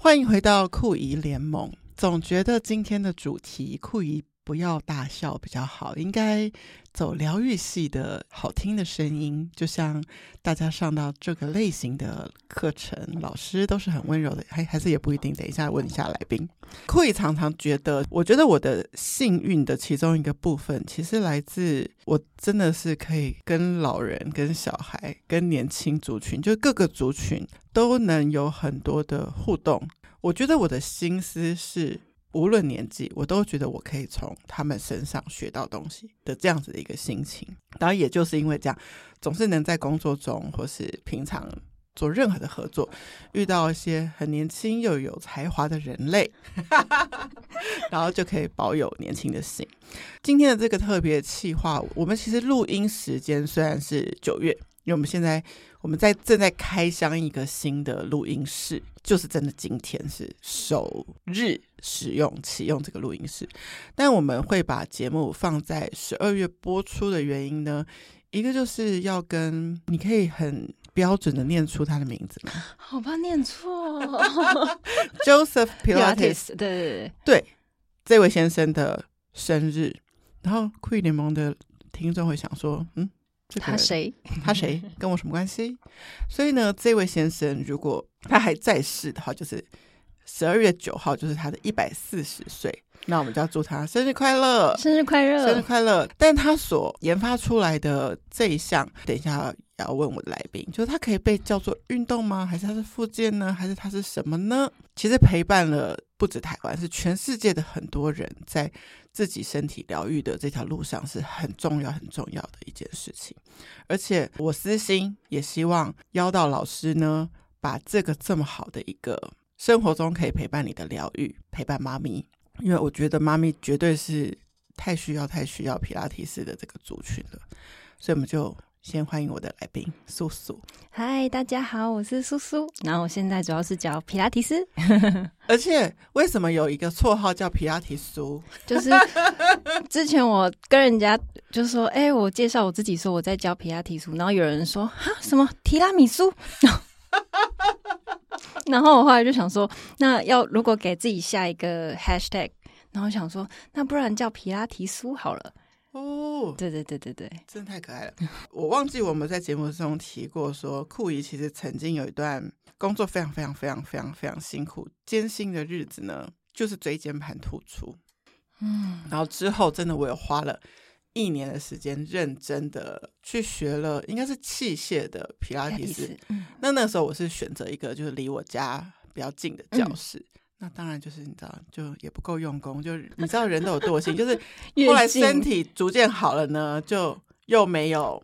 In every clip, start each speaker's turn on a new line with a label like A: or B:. A: 欢迎回到酷姨联盟。总觉得今天的主题酷姨不要大笑比较好，应该走疗愈系的好听的声音。就像大家上到这个类型的课程，老师都是很温柔的，哎还还是也不一定。等一下问一下来宾。酷姨常常觉得，我觉得我的幸运的其中一个部分，其实来自我真的是可以跟老人、跟小孩、跟年轻族群，就各个族群都能有很多的互动。我觉得我的心思是，无论年纪，我都觉得我可以从他们身上学到东西的这样子的一个心情。当然，也就是因为这样，总是能在工作中或是平常做任何的合作，遇到一些很年轻又有才华的人类， 然后就可以保有年轻的心。今天的这个特别企划，我们其实录音时间虽然是九月，因为我们现在我们在正在开箱一个新的录音室，就是真的今天是首日使用启用这个录音室，但我们会把节目放在十二月播出的原因呢，一个就是要跟你可以很标准的念出他的名字吗
B: 好怕念 错
A: ，Joseph Pilates
B: ，Pilates，对对
A: 这位先生的生日，然后酷艺联盟的听众会想说，嗯，这
B: 对，
A: 个
B: 他
A: 人
B: 谁？
A: 他谁跟我什么关系？所以呢，这位先生如果他还在世的话，就是十二月九号，就是他的一百四十岁。那我们就要祝他生日快乐，
B: 生日快
A: 生日
B: 乐！
A: 快乐！但他所研发出来的这一项，等一下要问我的来宾，就是它可以被叫做运动吗？还是它是附件呢？还是它是什么呢？其实陪伴了不止台湾，是全世界的很多人在自己身体疗愈的这条路上是很重要、很重要的一件事情。而且我私心也希望邀到老师呢，把这个这么好的一个生活中可以陪伴你的疗愈，陪伴妈咪，因为我觉得妈咪绝对是太需要、太需要皮拉提斯的这个族群了，所以我们就先欢迎我的来宾素素。
B: 嗨，大家好，我是苏苏，然后我现在主要是教皮拉提 斯，
A: 而且为什么有一个绰号叫皮拉提苏？
B: 就是之前我跟人家就说，哎、我介绍我自己说我在教皮拉提斯，然后有人说哈什么提拉米苏， 然后我后来就想说，那要如果给自己下一个 hashtag，然后想说，那不然叫皮拉提苏好了，
A: 哦，
B: 对对对对对，
A: 真的太可爱了！我忘记我们在节目中提过说酷姨其实曾经有一段工作非常非常非常非常非常辛苦、艰辛的日子呢，就是椎间盘突出。
B: 嗯。
A: 然后之后真的我有花了一年的时间，认真的去学了，应该是器械的皮拉提斯。，
B: 嗯，
A: 那那时候我是选择一个就是离我家比较近的
B: 嗯
A: 教室。那当然就是你知道，就也不够用功，就是你知道人都有惰性， 就是后来身体逐渐好了呢，就又没有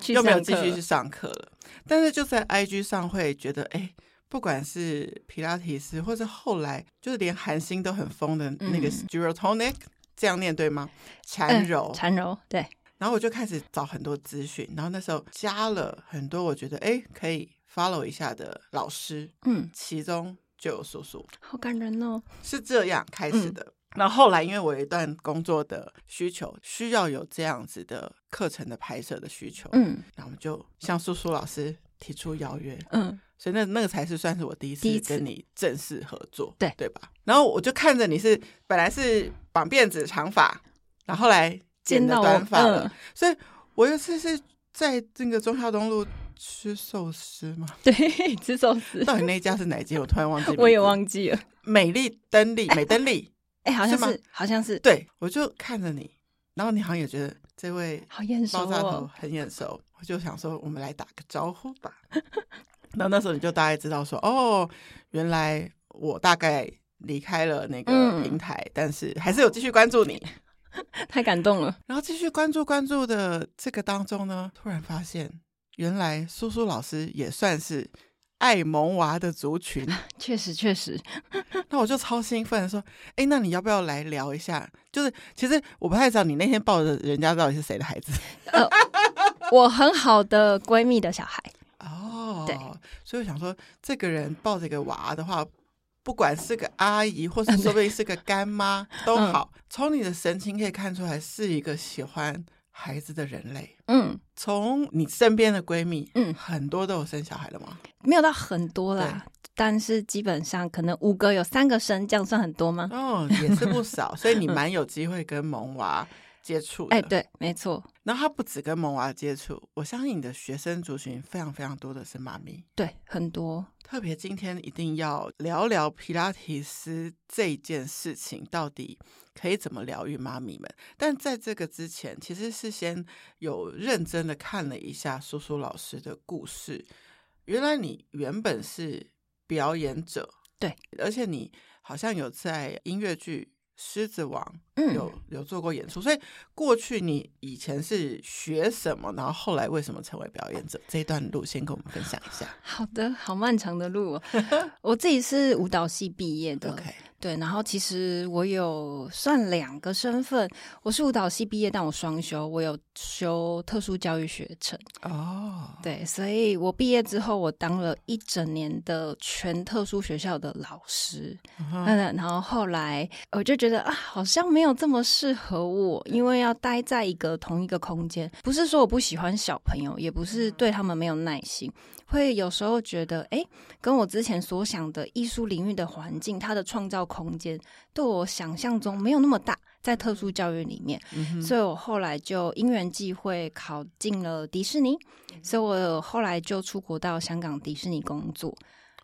B: 去
A: 又没有
B: 上
A: 继续
B: 课
A: 去上课了。但是就在 IG 上会觉得，哎，不管是皮拉提斯，或是后来就是连韩星都很疯的那个
B: 嗯呃
A: Gyrotonic，、这样念对吗？缠柔，
B: 缠柔，对，
A: 然后我就开始找很多资讯，然后那时候加了很多我觉得哎可以 follow 一下的老师，
B: 嗯，
A: 其中就有叔叔，
B: 好感人哦，
A: 是这样开始的。然后后来，因为我有一段工作的需求，需要有这样子的课程的拍摄的需求，
B: 嗯
A: 那我们就向苏苏老师提出邀约，
B: 嗯，
A: 所以那那个才是算是我第一
B: 第
A: 次
B: 一次
A: 跟你正式合作，
B: 对
A: 对吧？然后我就看着你是本来是绑辫子长发，然后后来剪
B: 见
A: 的
B: 到
A: 短
B: 我，
A: 发了，
B: 嗯，
A: 所以我有一次是在那个忠孝东路吃寿司嘛，
B: 对， 吃寿 司，
A: 到底那一家是哪一间？我突然忘记名字，
B: 我也忘记了，
A: 美丽登利，美登利，
B: 哎，好像
A: 是吗
B: 是，好像是，
A: 对我就看着你，然后你好像也觉得这位
B: 好眼熟
A: 爆炸头
B: 哦，
A: 很眼熟，我就想说我们来打个招呼吧。然后那时候你就大概知道说，哦，原来我大概离开了那个
B: 嗯
A: 平台，但是还是有继续关注你。
B: 太感动了，
A: 然后继续关注关注的这个当中呢，突然发现，原来苏苏老师也算是爱萌娃的族群。
B: 确实确实，
A: 那我就超兴奋地说：“哎，那你要不要来聊一下？就是其实我不太知道你那天抱着人家到底是谁的孩子
B: 我很好的闺蜜的小孩，
A: 哦。
B: 对，
A: 所以我想说，这个人抱着一个娃的话。”不管是个阿姨，或
B: 嗯
A: 是说不定是个干妈，都好。从你的神情可以看出来，是一个喜欢孩子的人类。
B: 嗯，
A: 从你身边的闺蜜，
B: 嗯
A: 很多都有生小孩了吗？
B: 没有到很多啦，但是基本上可能五个有三个生，这样算很多吗？
A: 哦，也是不 少，所以你蛮有机会跟萌娃接触的。
B: 哎，，对，没错，
A: 然后他不止跟萌娃接触，我相信你的学生族群非常非常多的是妈咪。
B: 对，很多。
A: 特别今天一定要聊聊皮拉提斯这件事情，到底可以怎么疗愈妈咪们？但在这个之前，其实是先有认真的看了一下苏苏老师的故事。原来你原本是表演者，
B: 对，
A: 而且你好像有在音乐剧《狮子王》
B: 嗯，
A: 有有做过演出，所以过去你以前是学什么，然后后来为什么成为表演者？这一段路先跟我们分享一下。
B: 好的，好漫长的路、哦。 我自己是舞蹈系毕业的
A: OK，
B: 对，然后其实我有算两个身份，我是舞蹈系毕业，但我双修，我有修特殊教育学程。
A: 哦，
B: 对，所以我毕业之后，我当了一整年的全特殊学校的老师。
A: 嗯哼
B: 嗯，然后后来我就觉得啊，好像没有这么适合我，因为要待在一个同一个空间，不是说我不喜欢小朋友，也不是对他们没有耐心，会有时候觉得，哎，跟我之前所想的艺术领域的环境，它的创造空间，对我想象中没有那么大。在特殊教育里面，所以我后来就因缘际会考进了迪士尼，所以我后来就出国到香港迪士尼工作。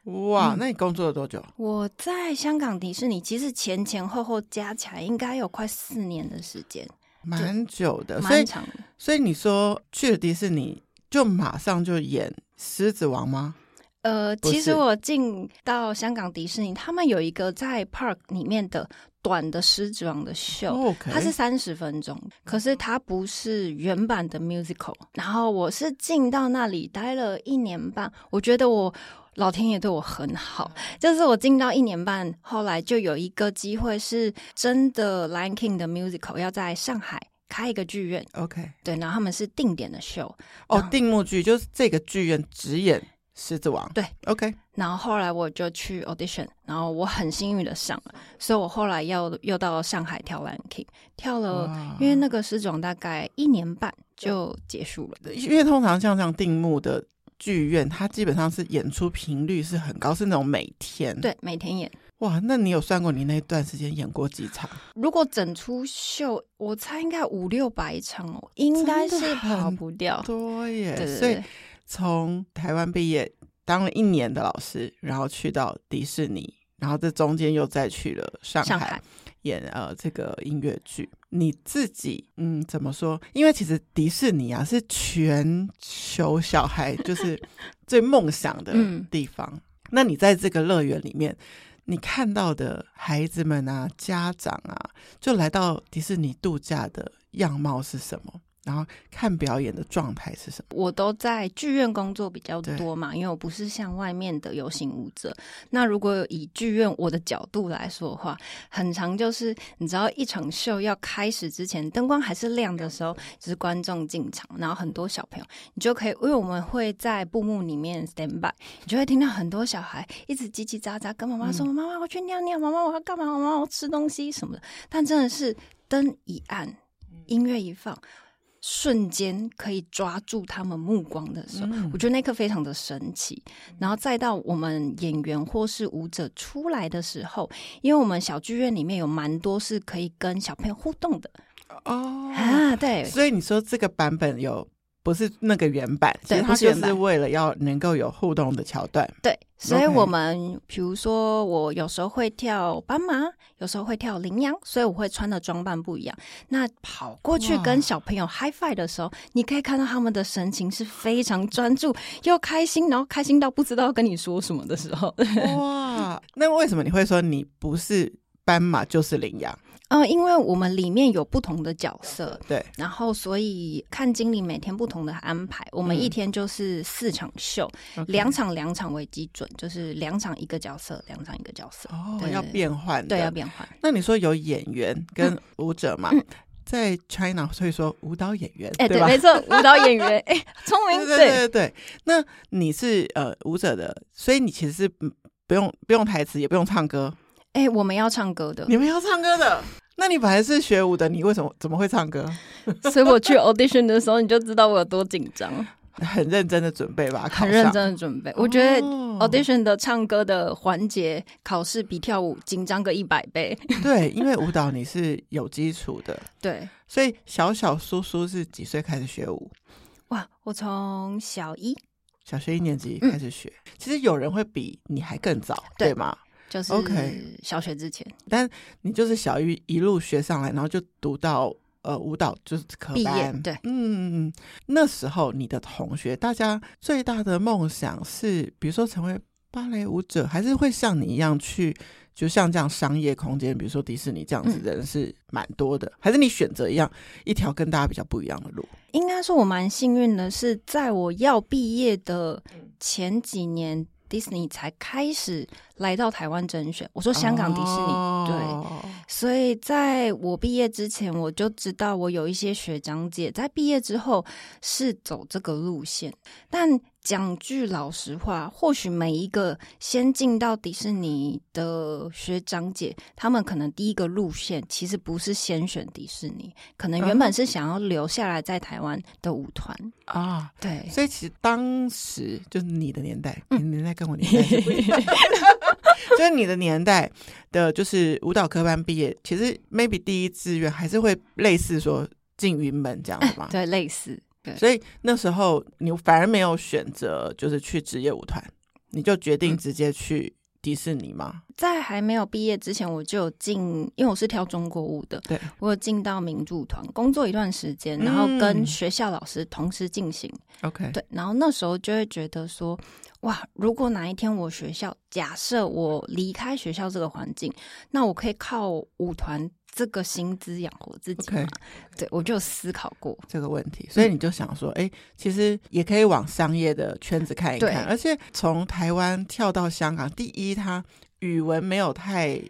A: 哇，
B: 嗯
A: 那你工作了多久？
B: 我在香港迪士尼，其实前前后后加起来应该有快四年的时间，
A: 蛮久的，呃所
B: 蛮
A: 以
B: 长的。
A: 所以你说去了迪士尼就马上就演《狮子王》吗？
B: 呃，
A: 不
B: 其
A: 是
B: 实我进到香港迪士尼，他们有一个在 park 里面的短的狮子王的秀。
A: o k
B: 它是三十分钟，可是它不是原版的 musical。然后我是进到那里待了一年半，我觉得我老天爷对我很好，就是我进到一年半，后来就有一个机会是真的《Lion King》的 musical 要在上海开一个剧院，
A: OK
B: 对，然后他们是定点的秀，
A: 哦
B: 然，后
A: 定幕剧就是这个剧院只演《狮子王》
B: 对
A: OK，
B: 然后后来我就去 audition，然后我很幸运的上了，所以我后来又又到上海跳 Lion King，跳了，
A: 哇
B: 因为那个狮子王大概一年半就结束了。
A: 因为通常像这样定幕的剧院，它基本上是演出频率是很高，是那种每天。，
B: 对，每天演。
A: 哇，那你有算过你那段时间演过几场？
B: 如果整出秀，我猜应该五六百场哦，应该
A: 真的
B: 是
A: 很
B: 跑不掉。
A: 多耶！
B: 哦对对
A: 所以
B: 对，
A: 从台湾毕业，当了一年的老师，然后去到迪士尼，然后这中间又再去了上海
B: 上海
A: 演呃这个音乐剧。你自己嗯怎么说？因为其实迪士尼啊是全球小孩就是最梦想的
B: 嗯
A: 地方。那你在这个乐园里面，你看到的孩子们啊、家长啊，就来到迪士尼度假的样貌是什么？然后看表演的状态是什么？
B: 我都在剧院工作比较
A: 对
B: 多嘛，因为我不是像外面的游行舞者。那如果以剧院我的角度来说的话，很长就是你知道一场秀要开始之前，灯光还是亮的时候，就是观众进场，然后很多小朋友，你就可以，因为我们会在布幕里面 stand by，你就会听到很多小孩一直叽叽喳喳跟妈妈说：“妈妈，我去尿尿，妈妈我要干嘛？妈妈我吃东西什么的。”但真的是灯一暗，音乐一放。瞬间可以抓住他们目光的时候，我觉得那刻非常的神奇。然后再到我们演员或是舞者出来的时候，因为我们小剧院里面有蛮多是可以跟小朋友互动的、
A: 哦
B: 啊，对，
A: 所以你说这个版本有不是那个原版，
B: 对
A: 其实它
B: 不是
A: 就
B: 原
A: 是
B: 版
A: 为了要能够有互动的桥 段。
B: 对，所以
A: OK
B: 我们比如说，我有时候会跳斑马，有时候会跳羚羊，所以我会穿的装扮不一样。那跑过去
A: 哇
B: 跟小朋友 high five 的时候，你可以看到他们的神情是非常专注又开心，然后开心到不知道跟你说什么的时候。
A: 哇，那为什么你会说你不是斑马就是羚羊？
B: 嗯，因为我们里面有不同的角色，
A: 对，
B: 然后所以看经理每天不同的安排，我们
A: 嗯
B: 一天就是四场秀，两场两场为基准，就是两场一个角色，两场一个角色，
A: 哦
B: 对
A: 要变换的。
B: 对，要变换。嗯
A: 那你说有演员跟舞者嘛？在 China 会说舞蹈演员，
B: 哎、
A: 对
B: 对，
A: 吧？
B: 没错，舞蹈演员，哎、聪明，
A: 对对对对对。那你是呃舞者的，所以你其实是嗯不用不用台词，也不用唱歌，
B: 哎、我们要唱歌的，
A: 你们要唱歌的。那你本来是学舞的，你为什么怎么会唱歌？
B: 所以我去 audition 的时候，你就知道我有多紧张，
A: 很认真的准备吧，考
B: 很认
A: 上
B: 真的准备。我觉得
A: 哦
B: audition 的唱歌的环节考试比跳舞紧张个一百倍。
A: 对，因为舞蹈你是有基础的，
B: 对，
A: 所以小小苏苏是几岁开始学舞？
B: 哇，我从小一
A: 小学一年级开始学。其实有人会比你还更早，
B: 嗯对
A: 对吗？
B: 就是
A: OK
B: 小学之前
A: 但你就是小一一路学上来，然后就读到呃舞蹈就是科
B: 毕业
A: 班，，
B: 对。
A: 嗯，那时候你的同学，大家最大的梦想是，比如说成为芭蕾舞者，还是会像你一样去，就像这样商业空间，比如说迪士尼这样子
B: 嗯
A: 的人是蛮多的，还是你选择一样一条跟大家比较不一样的路？
B: 应该说，我蛮幸运的是，在我要毕业的前几年，Disney 才开始来到台湾甄选。我说哦香港迪士尼，对。
A: 对。
B: 所以在我毕业之前，我就知道我有一些学长姐在毕业之后是走这个路线。但讲句老实话，或许每一个先进到迪士尼的学长姐，他们可能第一个路线其实不是先选迪士尼，可能
A: 嗯
B: 原本是想要留下来在台湾的舞团。
A: 啊，
B: 对，
A: 所以其实当时就是你的年代，
B: 嗯
A: 你的年代跟我年代是不 一样的，就是你的年代的，就是舞蹈科班毕业，其实 maybe 第一志愿还是会类似说进云门这样子嘛。
B: 对，类似，对，
A: 所以那时候你反而没有选择，就是去职业舞团，你就决
B: 嗯
A: 定直接去迪士尼嘛。
B: 在还没有毕业之前，我就有进，因为我是跳中国舞的，
A: 对，
B: 我有进到民驻团工作一段时间，
A: 嗯
B: 然后跟学校老师同时进行。
A: OK，
B: 对，然后那时候就会觉得说，哇，如果哪一天我学校，假设我离开学校这个环境，那我可以靠舞团这个薪资养活自己
A: OK
B: 嘛对，我就有思考过。
A: 这个问题，所以你就想说，哎、其实也可以往商业的圈子看一
B: 嗯对
A: 看。而且从台湾跳到香港，第一，它语文没有太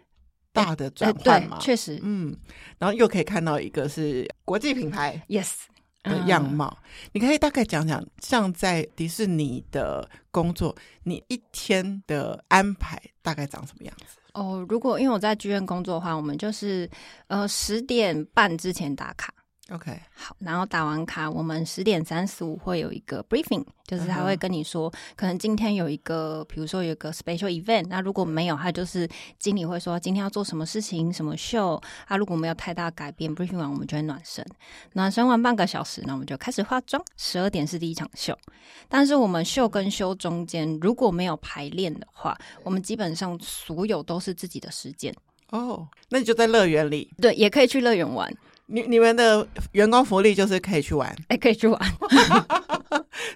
A: 大的
B: 哎
A: 转换
B: 对
A: 嘛，，
B: 确实、
A: 嗯，然后又可以看到一个是国际品牌
B: y e s
A: 的
B: 嗯
A: 样貌。你可以大概讲讲，像在迪士尼的工作，你一天的安排大概长什么样子？
B: 哦，如果因为我在剧院工作的话，我们就是呃十点半之前打卡。
A: OK，
B: 好，然后打完卡，我们十点三十五会有一个 briefing，就是他会
A: 嗯哼
B: 跟你说，可能今天有一个，比如说有一个 special event，那如果没有，他就是经理会说今天要做什么事情、什么秀啊，如果没有太大改变，briefing 完我们就会暖身，暖身完半个小时，那我们就开始化妆，十二点是第一场秀，但是我们秀跟秀中间如果没有排练的话，我们基本上所有都是自己的时间，
A: 哦，那你就在乐园里，
B: 对，也可以去乐园玩，
A: 你你们的员工福利就是可以去 玩。
B: 也哎可以去玩，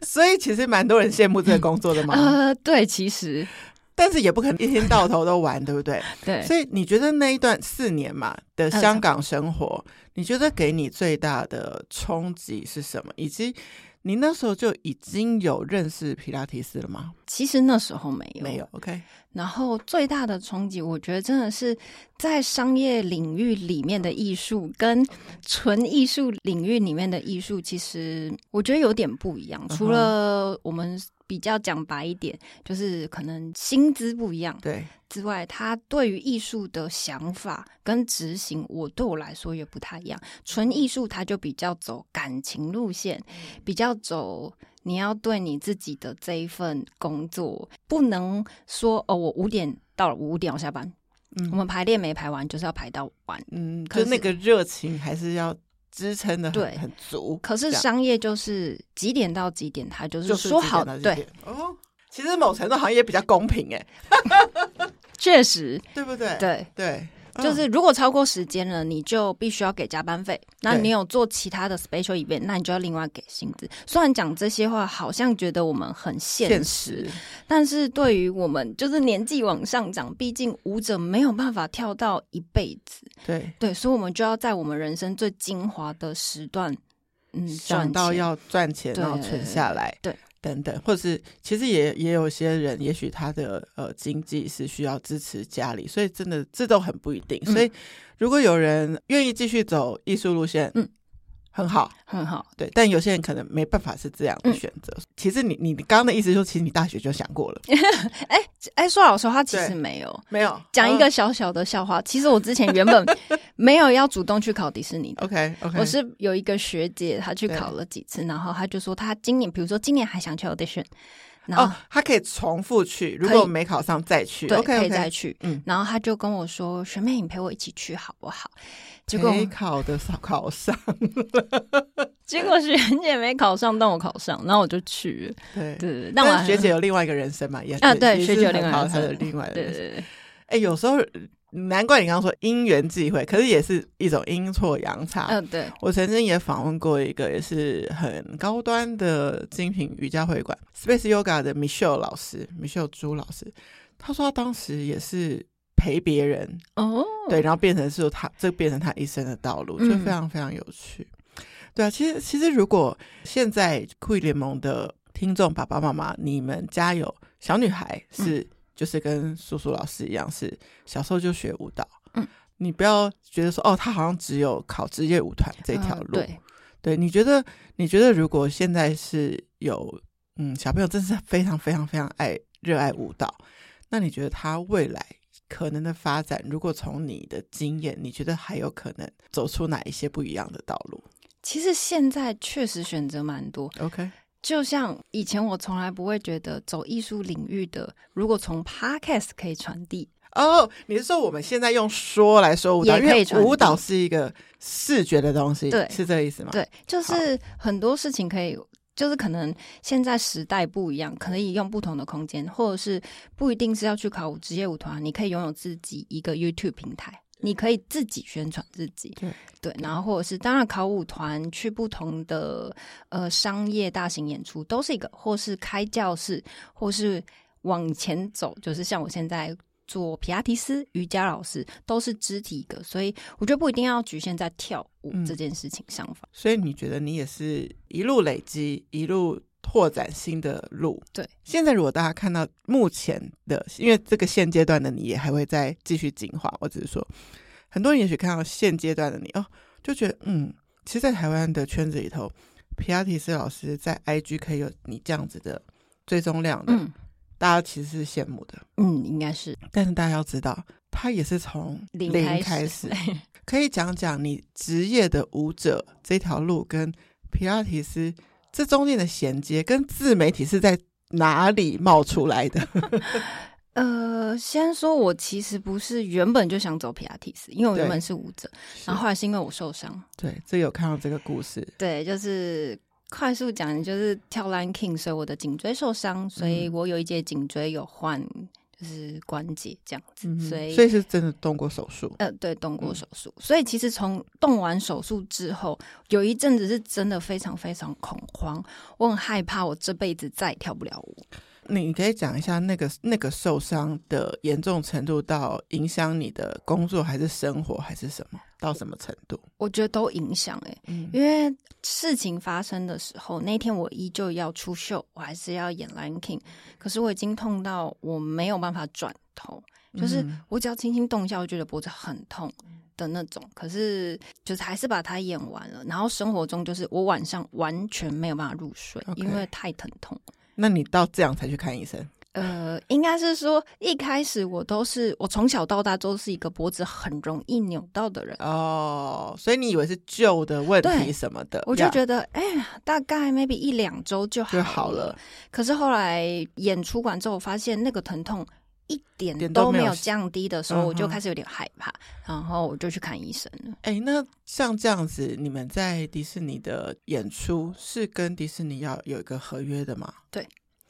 A: 所以其实蛮多人羡慕这个工作的嘛，
B: 呃，对，其实
A: 但是也不可能一天到头都玩，对不对？
B: 对。
A: 所以你觉得那一段四年嘛的
B: 嗯
A: 香港生活，你觉得给你最大的冲击是什么？以及你那时候就已经有认识皮拉提斯了吗？
B: 其实那时候没有，
A: 没有。，OK，
B: 然后最大的冲击，我觉得真的是在商业领域里面的艺术跟纯艺术领域里面的艺术，其实我觉得有点不一样。
A: 嗯哼
B: 除了我们比较讲白一点，就是可能薪资不一样
A: 对，
B: 之外，他对于艺术的想法跟执行，我对我来说也不太一样。纯艺术它就比较走感情路线，
A: 嗯
B: 比较走你要对你自己的这一份工作，不能说哦，我五点到了，我五点我下班。
A: 嗯
B: 我们排练没排完，就是要排到晚。
A: 嗯，
B: 可
A: 就是那个热情还是要支撑的
B: 对
A: 很很足。
B: 可是
A: 这样
B: 商业就是几点到几点，他就是
A: 啊就是
B: 说
A: 几点
B: 好
A: 到几
B: 对，
A: 点哦。其实某程度好像也比较公平哎，
B: 确实
A: 对不对？
B: 对。
A: 对，嗯
B: 就是如果超过时间了，你就必须要给加班费。那
A: 对
B: 你有做其他的 special event，那你就要另外给薪资。虽然讲这些话好像觉得我们很现实，
A: 现实
B: 但是对于我们就是年纪往上涨，毕竟舞者没有办法跳到一辈子，
A: 对。
B: 对，所以我们就要在我们人生最精华的时段，嗯，
A: 想
B: 赚
A: 到
B: 钱
A: 要赚钱，
B: 对
A: 然后存下来，
B: 对，
A: 等等，或者是其实也也有些人，也许他的呃经济是需要支持家里，所以真的这都很不一定。
B: 嗯
A: 所以如果有人愿意继续走艺术路线，
B: 嗯，
A: 很好，
B: 很好，
A: 对。但有些人可能没办法是这样的
B: 嗯
A: 选择。其实你你刚刚的意思说，其实你大学就想过 了，
B: 哎，说老实话，其实
A: 对
B: 没有。
A: 没有嗯
B: 讲一个小小的笑话，其实我之前原本 没有要主动去考迪士尼的。
A: OK OK，
B: 我是有一个学姐，她去
A: 对
B: 考了几次，然后她就说她今年，比如说今年还想去 audition，然后
A: 哦，他可以重复去，如
B: 可以
A: 果没考上再去
B: 对，
A: ，OK
B: 可以再
A: OK。
B: 去。
A: 嗯
B: 然后他就跟我说：“学妹，你陪我一起去好不好？”结果
A: 没考的上考上，
B: 结果学姐没考上，但我考上，然后我就去了。
A: 对。
B: 对对对，
A: 但
B: 但我
A: 是
B: 还
A: 学姐有另外一个人生嘛，也
B: 啊对
A: 也是
B: 学姐有另外一个
A: 很好
B: 人
A: 她的
B: 生
A: 另外的
B: 对
A: 人
B: 对
A: 生。
B: 对对，
A: 哎，有时候难怪你刚刚说因缘际会，可是也是一种阴错阳差。
B: 嗯对，
A: 我曾经也访问过一个也是很高端的精品瑜伽会馆 Space Yoga 的 Michelle 老师，Michelle 朱老师，他说他当时也是陪别人，
B: 哦，
A: 对，然后变成是他这变成他一生的道路，就
B: 嗯
A: 非常非常有趣。对啊，其实其实如果现在酷艺联盟的听众爸爸妈妈，你们家有小女孩
B: 嗯
A: 是、就是跟苏苏老师一样，是小时候就学舞蹈，
B: 嗯，
A: 你不要觉得说哦，她好像只有考职业舞团这条
B: 嗯
A: 路，
B: 对，
A: 对，你觉得你觉得如果现在是有嗯小朋友真是非常非常非常爱热爱舞蹈，那你觉得他未来可能的发展，如果从你的经验，你觉得还有可能走出哪一些不一样的道路
B: 其实现在确实选择蛮多，
A: ？OK，
B: 就像以前我从来不会觉得走艺术领域的，如果从 podcast 可以传递，
A: 哦你是说我们现在用说来说舞蹈，
B: 也
A: 因
B: 可以
A: 为
B: 传递
A: 舞蹈是一个视觉的东西，
B: 对
A: 是这个意思吗？，
B: 对，就是很多事情可以，就是可能现在时代不一样，可以用不同的空间，或者是不一定是要去考职业舞团，你可以拥有自己一个 YouTube 平台。你可以自己宣传自己，
A: 对
B: 然后或者是当然考舞团去不同的呃商业大型演出都是一个，或是开教室，或是往前走，就是像我现在做皮拉提斯、瑜伽老师都是肢体一个，所以我觉得不一定要局限在跳舞
A: 嗯
B: 这件事情上吧。
A: 所以你觉得你也是一路累积，一路拓展新的路。
B: 对，
A: 现在如果大家看到目前的，因为这个现阶段的你也还会再继续进化，我只是说，很多人也许看到现阶段的你哦，就觉得嗯，其实，在台湾的圈子里头，皮亚提斯老师在 IG 可以有你这样子的追踪量的，
B: 嗯，
A: 大家其实是羡慕的。
B: 嗯，应该是
A: 但是大家要知道，他也是从
B: 零
A: 零
B: 开
A: 开
B: 始
A: 始。可以讲讲你职业的舞者这条路跟皮拉提斯这中间的衔接，跟自媒体是在哪里冒出来的？
B: 呃，先说我其实不是原本就想走皮拉提斯，因为我
A: 对
B: 原本是舞者， 然后后来是因为我受伤，
A: 对，这有看到这个故事，
B: 对，就是快速讲，就是跳 Line King，所以我的颈椎受伤，所以我有一节颈椎有换，就是关节这样子，
A: 嗯哼
B: 所以
A: 所以是真的动过手术。
B: 呃，对，动过手术，所以其实从动完手术之后，有一阵子是真的非常非常恐慌，我很害怕我这辈子再也跳不了舞。
A: 你可以讲一下那个那个受伤的严重程度，到影响你的工作还是生活还是什么，到什么程度？
B: 我觉得都影响哎、
A: 嗯
B: 因为事情发生的时候，那天我依旧要出秀，我还是要演 Lion King，可是我已经痛到我没有办法转头，就是
A: 嗯
B: 我只要轻轻动一下，我觉得脖子很痛的那种。可是就是还是把它演完了，然后生活中就是我晚上完全没有办法入睡
A: OK
B: 因为太疼痛。
A: 那你到这样才去看医生？
B: 呃，应该是说一开始我都是我从小到大都是一个脖子很容易扭到的人。
A: 哦，所以你以为是旧的问题
B: 对
A: 什么的，
B: 我就
A: 得
B: 觉得，哎呀，大概 maybe 一两周就好
A: 就好了。
B: 可是后来演出完之后，我发现那个疼痛一点
A: 点都
B: 都
A: 没
B: 没
A: 有
B: 有降低的时候，
A: 嗯哼
B: 我就开始有点害怕，然后我就去看医生了。
A: 哎，那像这样子，你们在迪士尼的演出是跟迪士尼要有一个合约的吗？
B: 对，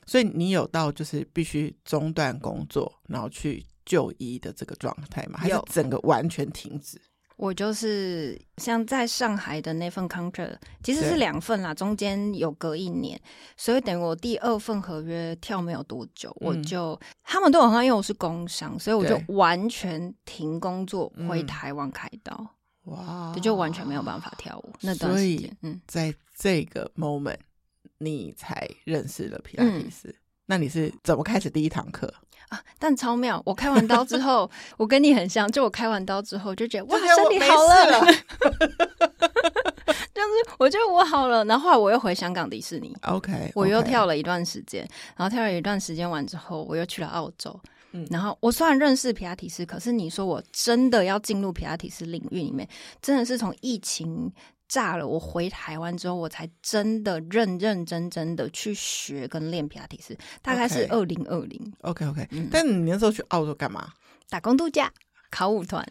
A: 所以你有到就是必须中断工作，然后去就医的这个状态吗？还是
B: 有
A: 整个完全停止？
B: 我就是像在上海的那份 contract，其实是
A: 对
B: 两份啦，中间有隔一年，所以等于我第二份合约跳没有多久，我
A: 嗯
B: 就他们对我好像因为我是工伤，所以我就
A: 对
B: 完全停工作
A: 嗯
B: 回台湾开刀，
A: 哇，
B: 这就完全没有办法跳舞那段
A: 所
B: 时
A: 以
B: 间。嗯，
A: 在这个 moment，你才认识了皮
B: 嗯
A: 拉提斯。那你是怎么开始第一堂课？
B: 啊，但超妙！我开完刀之后， 我跟你很像，就我开完刀之后就觉得哇
A: 就觉，得
B: 身
A: 我
B: 体
A: 没
B: 好
A: 事
B: 了，
A: 了，
B: 就是就是 我觉得我好了，然后后来我又回香港迪士尼，
A: OK，
B: 我又
A: OK
B: 跳了一段时间，然后跳了一段时间完之后，我又去了澳洲。
A: 嗯
B: 然后我虽然认识皮拉提斯，可是你说我真的要进入皮拉提斯领域里面，真的是从疫情炸了，我回台湾之后，我才真的认认真真的去学跟练皮拉提斯，大概是
A: OK
B: 二零二零
A: OK OK，、
B: 嗯
A: 但你那时候去澳洲干嘛？
B: 打工度假考舞团。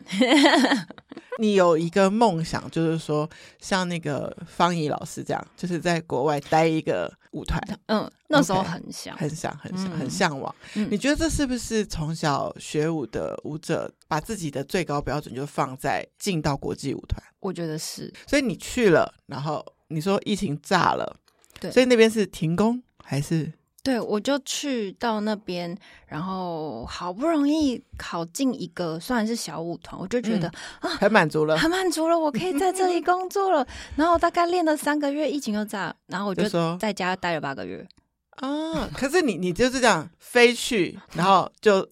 A: 你有一个梦想，就是说像那个方怡老师这样，就是在国外待一个舞团，
B: 嗯，那时候
A: OK
B: 很想
A: 很想、很想、很
B: 嗯
A: 向往。
B: 嗯
A: 你觉得这是不是从小学舞的舞者把自己的最高标准就放在进到国际舞团？
B: 我觉得是
A: 所以你去了，然后你说疫情炸了，
B: 对
A: 所以那边是停工还是
B: 对，我就去到那边，然后好不容易考进一个算是小舞团，我就觉得啊
A: 很满足了？
B: 很满足了，我可以在这里工作了。 然后大概练了三个月，疫情又炸了，然后 我
A: 就
B: 就
A: 说
B: 在家待了八个月。
A: 啊，可是你你就是这样飞去，然后 就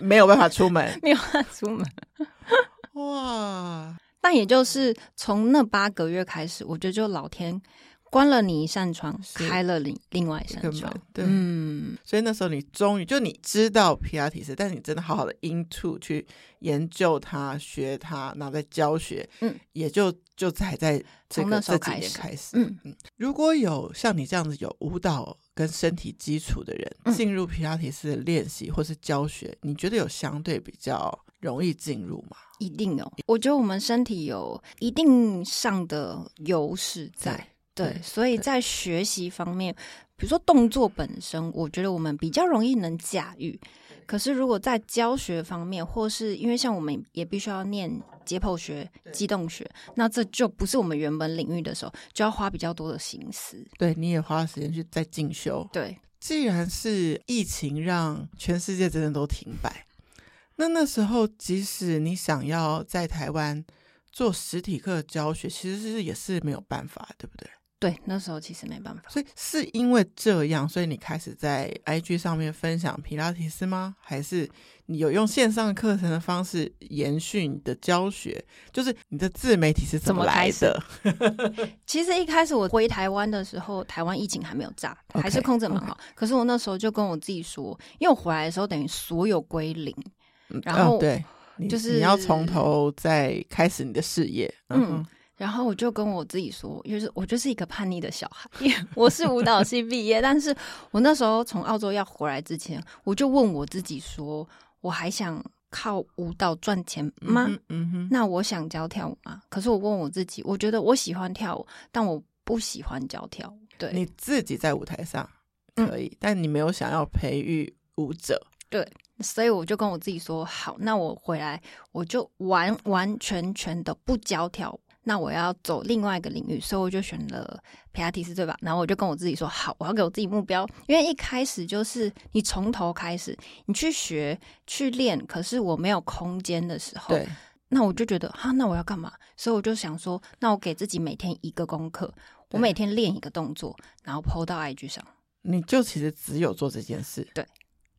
A: 没有办法出门，
B: 没有办法出门。
A: 哇！
B: 但也就是从那八个月开始，我觉得就老天关了你一扇窗，
A: 是
B: 开了另另外一
A: 一个
B: 扇
A: 门
B: 窗。
A: 对
B: 嗯，
A: 所以那时候你终于就你知道皮拉提斯，但你真的好好的 into 去研究它、学它，然后再教学，
B: 嗯，
A: 也就就才在这
B: 从
A: 个
B: 那时
A: 这
B: 候
A: 几
B: 开
A: 年
B: 始
A: 开始。
B: 嗯
A: 如果有像你这样子有舞蹈跟身体基础的人、
B: 嗯
A: 进入皮拉提斯的练习或是教学，你觉得有相对比较容易进入吗？
B: 一定有。我觉得我们身体有一定上的优势在，对，
A: 对
B: 所以在学习方面，比如说动作本身，我觉得我们比较容易能驾驭。可是如果在教学方面，或是因为像我们也必须要念解剖学、机动学，那这就不是我们原本领域的时候，就要花比较多的心思。
A: 对，你也花时间去再进修，
B: 对，
A: 既然是疫情让全世界真的都停摆，那那时候即使你想要在台湾做实体课教学，其实是也是没有办法，对不对？
B: 对，那时候其实没办法。
A: 所以是因为这样，所以你开始在 IG 上面分享皮拉提斯吗？还是你有用线上课程的方式延续你的教学？就是你的自媒体是怎
B: 怎么
A: 来
B: 开始
A: 的？
B: 其实一开始我回台湾的时候，台湾疫情还没有炸，
A: OK，嗯
B: 还是控制得蛮好。可是我那时候就跟我自己说，因为我回来的时候等于所有归零，然
A: 嗯
B: 后
A: 对，你
B: 就是
A: 你要从头再开始你的事业。
B: 嗯
A: 哼
B: 然后我就跟我自己说，就是我就是一个叛逆的小孩，因为我是舞蹈系毕业，但是我那时候从澳洲要回来之前，我就问我自己说，我还想靠舞蹈赚钱吗？
A: 嗯哼嗯哼，
B: 那我想教跳舞吗？可是我问我自己，我觉得我喜欢跳舞，但我不喜欢教跳舞。对，
A: 你自己在舞台上
B: 嗯
A: 可以，但你没有想要培育舞者。
B: 所以我就跟我自己说，好，那我回来我就完完全全的不教跳舞，那我要走另外一个领域，所以我就选了皮拉提斯，对吧？然后我就跟我自己说，好，我要给我自己目标，因为一开始就是你从头开始，你去学去练，可是我没有空间的时候，
A: 对，
B: 那我就觉得哈，那我要干嘛？所以我就想说，那我给自己每天一个功课，我
A: 对
B: 每天练一个动作，然后 PO 到 IG 上。
A: 你就其实只有做这件事。
B: 对，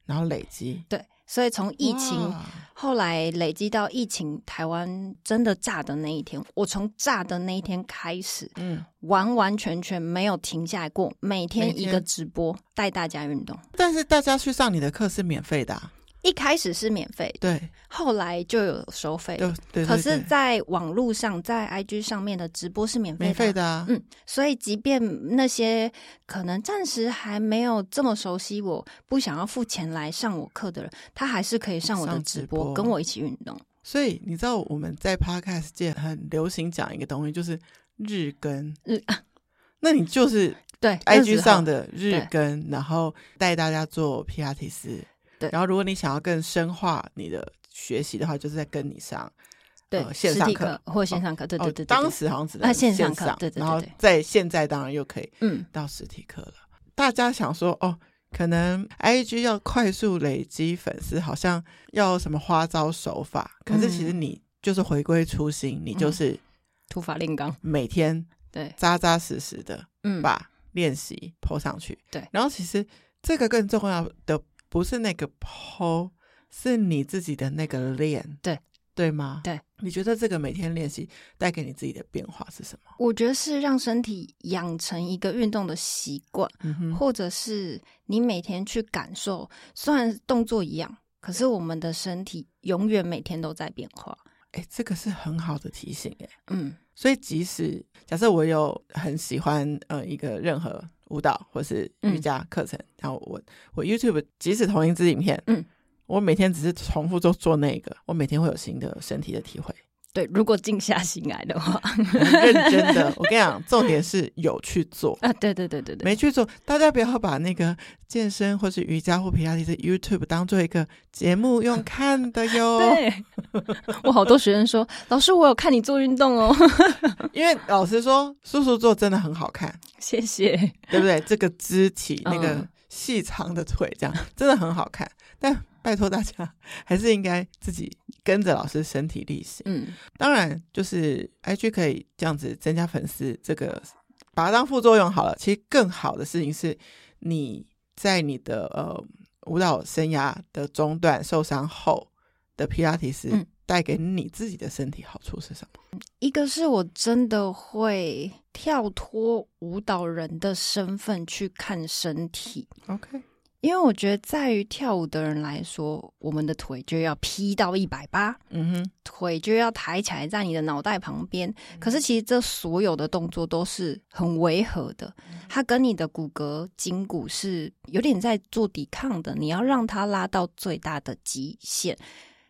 A: 然后累积
B: 对，所以从疫情
A: 哇
B: 后来累积到疫情，台湾真的炸的那一天，我从炸的那一天开始，
A: 嗯，
B: 完完全全没有停下来过，每
A: 每
B: 天
A: 天
B: 一个直播带大家运动。
A: 但是大家去上你的课是免费的、啊，
B: 一开始是免费，
A: 对，
B: 后来就有收费
A: 对
B: 了。
A: 对。
B: 可
A: 对
B: 是，
A: 对
B: 在网络上，在 IG 上面的直播是免费
A: 免费
B: 的啊。
A: 的啊，
B: 嗯，所以即便那些可能暂时还没有这么熟悉我，不想要付钱来上我课的人，他还是可以上我的
A: 上
B: 直
A: 直
B: 播，
A: 播
B: 跟我一起运动。
A: 所以你知道我们在 podcast 界很流行讲一个东西，就是日更。
B: 日，
A: 那你就是
B: 对
A: IG 上
B: 的。
A: 的日更，然后带大家做皮拉提斯。
B: 对
A: 然后如果你想要更深化你的学习的话，就是在跟你上
B: 对，
A: 呃线
B: 实
A: 上
B: 体
A: 课
B: 课或线上课，对对对对
A: 哦，当时好像只能
B: 啊线上
A: 线
B: 课对对对
A: 然后
B: 对
A: 在现在当然又可以
B: 嗯，
A: 到实体课了。大家想说哦，可能 I G 要快速累积粉丝，好像要什么花招手法，可是其实
B: 嗯
A: 你就是回归初心，你就是
B: 土法炼钢，
A: 每天
B: 对，
A: 扎扎实实的
B: 嗯，
A: 把练习抛上去。
B: 对
A: 然后其实这个更重要的不是那个抛，是你自己的那个练。
B: 对，
A: 对吗？
B: 对，
A: 你觉得这个每天练习带给你自己的变化是什么？
B: 我觉得是让身体养成一个运动的习惯，
A: 嗯哼，
B: 或者是你每天去感受，虽然动作一样，可是我们的身体永远每天都在变化。
A: 哎，这个是很好的提醒，哎。
B: 嗯，
A: 所以，即使假设我有很喜欢呃一个任何舞蹈或是
B: 嗯
A: 瑜伽课程，然后我我 YouTube 即使同一支影片，
B: 嗯，
A: 我每天只是重复做做那个，我每天会有新的身体的体会，
B: 对，如果静下心来的 话，
A: 很认真的。 我跟你讲，重点是有去做。
B: 啊，对对对对对，
A: 没去做，大家不要把那个健身或是瑜伽或皮拉提的 YouTube 当做一个节目用看的哟，
B: 对， 我好多学生说，老师，我有看你做运动哦，
A: 因为老实说，叔叔做真的很好 看，
B: 谢谢。
A: 对不对？这个肢体，
B: 嗯
A: 那个细长的腿，这样真的很好看。但拜托大家，还是应该自己跟着老师身体力行。
B: 嗯，
A: 当然，就是 IG 可以这样子增加粉丝，这个把它当副作用好了。其实更好的事情是，你在你的呃舞蹈生涯的中段受伤后的皮拉提斯
B: 嗯
A: 带给你自己的身体好处是什么？
B: 一个是我真的会跳脱舞蹈人的身份去看身体，
A: OK，
B: 因为我觉得在于跳舞的人来说，我们的腿就要劈到一百八，
A: 嗯哼，
B: 腿就要抬起来在你的脑袋旁边。可是其实这所有的动作都是很违和的，它跟你的骨骼、筋骨是有点在做抵抗的。你要让它拉到最大的极限。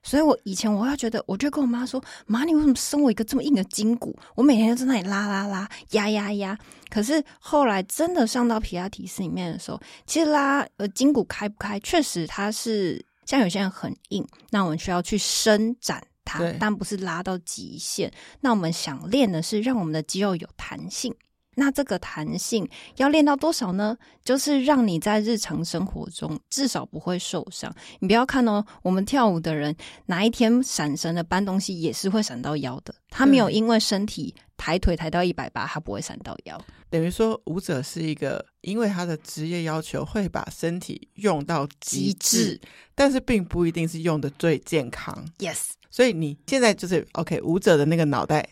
B: 所以我以前我会觉得，我就跟我妈说：“妈，你为什么生我一个这么硬的筋骨？我每天都在那里拉拉拉、压压压。”可是后来真的上到皮拉提斯里面的时候，其实拉呃筋骨开不开，确实它是像有些人很硬，那我们需要去伸展它
A: 对，
B: 但不是拉到极限。那我们想练的是让我们的肌肉有弹性。那这个弹性要练到多少呢？就是让你在日常生活中至少不会受伤。你不要看哦，我们跳舞的人哪一天闪神了搬东西也是会闪到腰的，他没有
A: 对
B: 因为身体抬腿抬到一百八，他不会闪到腰。
A: 等于说舞者是一个，因为他的职业要求会把身体用到极
B: 极
A: 致，
B: 致
A: 但是并不一定是用的最健康。
B: ，yes，
A: 所以你现在就是 OK，舞者的那个脑袋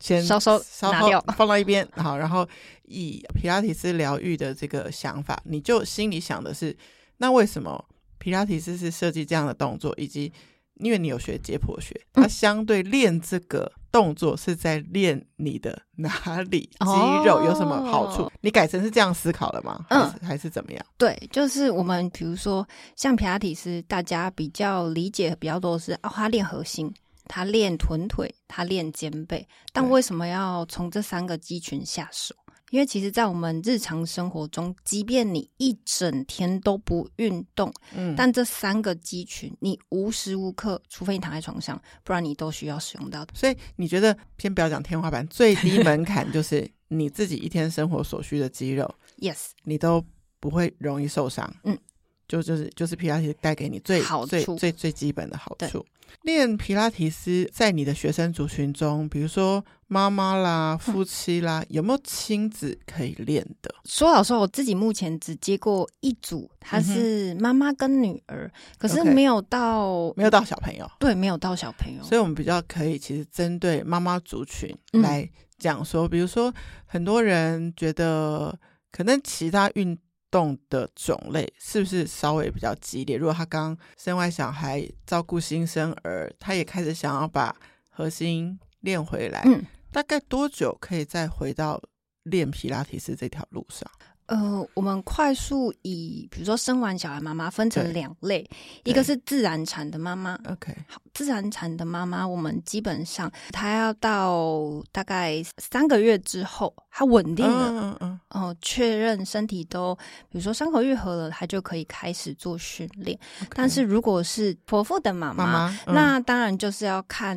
A: 先
B: 稍稍
A: 稍
B: 拿
A: 后
B: 掉
A: 放到一边， 好，然后以皮拉提斯疗愈的这个想法，你就心里想的是，那为什么皮拉提斯是设计这样的动作，以及因为你有学解剖学，
B: 嗯
A: 它相对练这个动作是在练你的哪里肌肉有什么好处？
B: 哦
A: 你改成是这样思考了吗？
B: 嗯
A: 还是还是怎么样？
B: 对，就是我们比如说像皮拉提斯，大家比较理解比较多是哦，他练核心，他练臀腿，他练肩背，但
A: 对
B: 为什么要从这三个肌群下手？因为其实，在我们日常生活中，即便你一整天都不运动，
A: 嗯，
B: 但这三个肌群，你无时无刻，除非你躺在床上，不然你都需要使用到。
A: 所以你觉得，先不要讲天花板，最低门槛就是你自己一天生活所需的肌肉，
B: Yes，
A: 你都不会容易受伤。
B: 嗯，
A: 就就是就是 P 拉提带给你最
B: 好处
A: 最最最基本的好处。练皮拉提斯在你的学生族群中，比如说妈妈
B: 嗯
A: 啦、夫妻啦，有没有亲子可以练的？
B: 说老实话，我自己目前只接过一组，她是妈妈跟女儿，可
A: 嗯
B: 是
A: OK
B: 没有到
A: 没有到小朋友，
B: 对，没有到小朋友。
A: 所以我们比较可以其实针对妈妈族群
B: 嗯
A: 来讲说，比如说很多人觉得可能其他运动的种类是不是稍微比较激烈？如果他刚生完小孩，照顾新生儿，他也开始想要把核心练回来，
B: 嗯，
A: 大概多久可以再回到练皮拉提斯这条路上？
B: 呃，我们快速以比如说生完小孩妈妈分
A: 对
B: 成两类，
A: 对
B: 一个是自然产的妈妈，
A: OK，
B: 自然产的妈妈，我们基本上她要到大概三个月之后，她稳定了，
A: 嗯嗯嗯，
B: 哦、确认身体都，比如说伤口愈合了，她就可以开始做训练。但是如果是剖腹的妈
A: 妈妈，嗯
B: 那当然就是要看。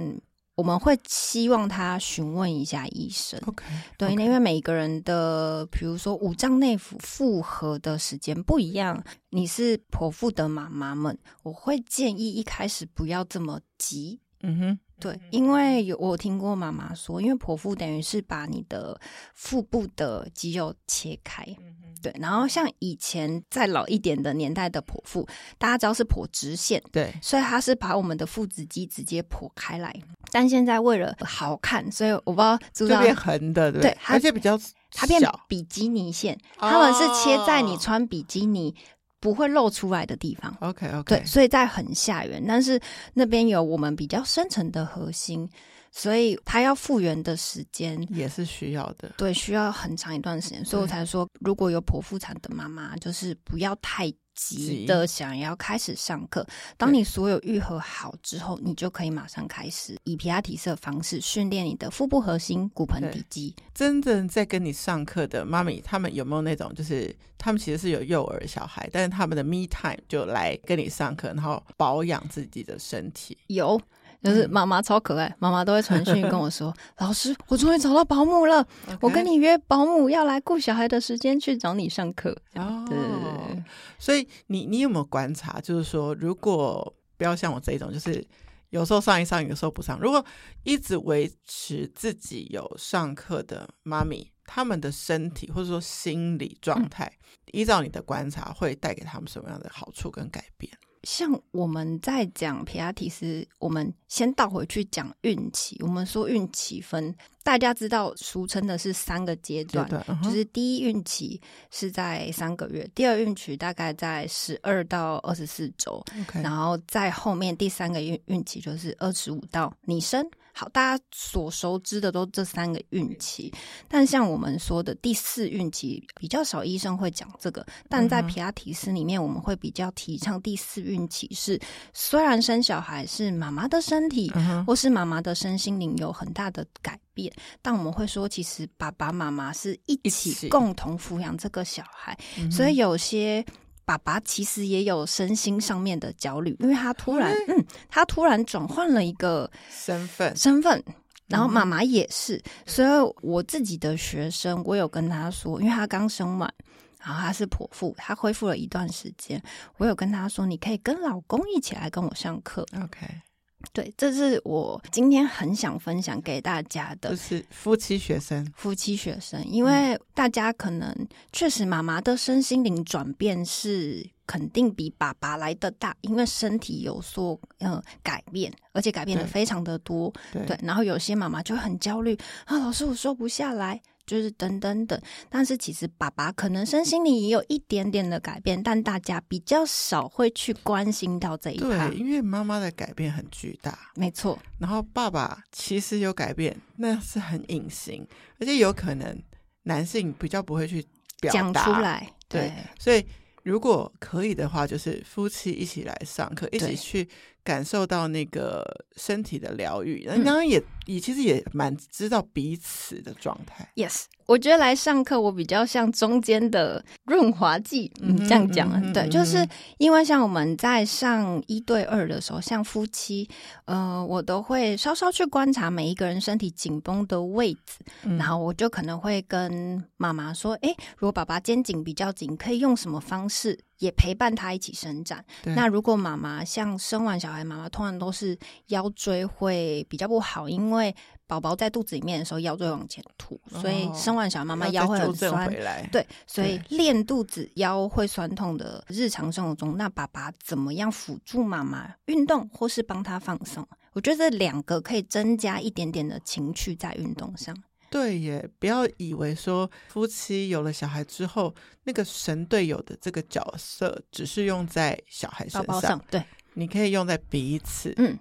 B: 我们会希望她询问一下医生，
A: OK，
B: 对
A: OK
B: 因为每一个人的，比如说五脏内腑复合的时间不一样，你是剖腹的妈妈们，我会建议一开始不要这么急，
A: 嗯哼，
B: 对，因为有我有听过妈妈说，因为剖腹等于是把你的腹部的肌肉切开，
A: 嗯
B: 对。然后像以前再老一点的年代的剖腹，大家知道是剖直线，
A: 对，
B: 所以它是把我们的腹直肌直接剖开来。但现在为了好看，所以我不知道知不知
A: 就
B: 道
A: 变横的，对不
B: 对
A: 对，
B: 它
A: 而且比较
B: 它变
A: 小，
B: 比基尼线，他们是切在你
A: 哦
B: 穿比基尼不会露出来的地方。
A: OK OK，
B: 对，所以在很下缘，但是那边有我们比较深层的核心，所以它要复原的时间。
A: 也是需要的。
B: 对，需要很长一段时间，所以我才说，如果有剖腹产的妈妈，就是不要太急
A: 急
B: 的想要开始上课。当
A: 对
B: 你所有愈合好之后，你就可以马上开始以皮拉提式的方式训练你的腹部核心、骨盆
A: 对
B: 底肌。
A: 真正在跟你上课的妈咪，他们有没有那种，就是他们其实是有幼儿小孩，但是他们的 me time 就来跟你上课，然后保养自己的身体。
B: 有，就是
A: 嗯
B: 妈妈超可爱，妈妈都会传讯跟我 说：“老师，我终于找到保姆了，我跟你约保姆要来顾小孩的时间去找你上课。”
A: 哦，
B: 对对对对，
A: 所以你你有没有观察，就是说，如果不要像我这一种，就是有时候上一上，有时候不上，如果一直维持自己有上课的妈咪，他们的身体或者说心理
B: 嗯
A: 状态，依照你的观察，会带给他们什么样的好处跟改变？
B: 像我们在讲皮拉提斯，我们先倒回去讲孕期。我们说孕期分，大家知道俗称的是三个阶
A: 阶
B: 段，
A: 段，嗯
B: 就
A: 哼
B: 是第一孕期是在三个月，第二孕期大概在十二到二十四周，
A: OK，
B: 然后在后面第三个孕孕期就是二十五到你生。好，大家所熟知的都这三个孕期，但像我们说的第四孕期比较少医生会讲这个，但在
A: 嗯哼
B: 皮拉提斯里面，我们会比较提倡第四孕期是，虽然生小孩是妈妈的身体，
A: 嗯哼
B: 或是妈妈的身心灵有很大的改变，但我们会说，其实爸爸妈妈是一
A: 一
B: 起
A: 起
B: 共同抚养这个小孩，
A: 嗯哼
B: 所以有些。爸爸其实也有身心上面的焦虑，因为他突然，嗯，他突然转换了一个
A: 身份
B: 身份，
A: 嗯
B: 然后妈妈也是，所以我自己的学生，我有跟他说，因为他刚生完，然后他是剖腹，他恢复了一段时间，我有跟他说，你可以跟老公一起来跟我上课，
A: ，OK，
B: 对，这是我今天很想分享给大家
A: 就
B: 的
A: 是嗯夫妻学生，
B: 夫妻学生，因为大家可能确实妈妈的身心灵转变是肯定比爸爸来的大，因为身体有所呃改变，而且改变的
A: 对
B: 非常的多。
A: 对
B: 对，然后有些妈妈就会很焦虑啊，老师我瘦不下来，就是等等等。但是其实爸爸可能身心里也有一点点的改变，但大家比较少会去关心到这一趴
A: 对，。因为妈妈的改变很巨大，
B: 没错，
A: 然后爸爸其实有改变，那是很隐形，而且有可能男性比较不会去表
B: 讲
A: 达
B: 出，来，
A: 对
B: 对
A: 所以。如果可以的话，就是夫妻一起来上课，一
B: 对
A: 起去感受到那个身体的疗愈。那
B: 嗯
A: 刚刚也也其实也蛮知道彼此的状态。
B: Yes，我觉得来上课我比较像中间的润滑剂，嗯，
A: 嗯哼
B: 这样讲啊
A: 嗯，哼嗯
B: 对，
A: 哼
B: 就是因为像我们在上一对二的时候，像夫妻，呃，我都会稍稍去观察每一个人身体紧绷的位置，
A: 嗯
B: 然后我就可能会跟妈妈说，诶，如果爸爸肩颈比较紧，可以用什么方式也陪伴他一起伸展。
A: 对
B: 那如果妈妈像生完小孩，妈妈通常都是腰椎会比较不好，因为宝宝在肚子里面的时候腰椎往前凸，
A: 哦
B: 所以生完小孩妈妈
A: 要再
B: 腰会很
A: 纠正
B: 酸
A: 回。来，
B: 对，所以练肚子腰会酸痛的日常生活中，那爸爸怎么样辅助妈妈运动，或是帮她放松？我觉得这两个可以增加一点点的情趣在运动上。
A: 对耶，不要以为说夫妻有了小孩之后，那个神队友的这个角色只是用在小孩身
B: 宝
A: 上，
B: 宝上，对，
A: 你可以用在彼此，
B: 嗯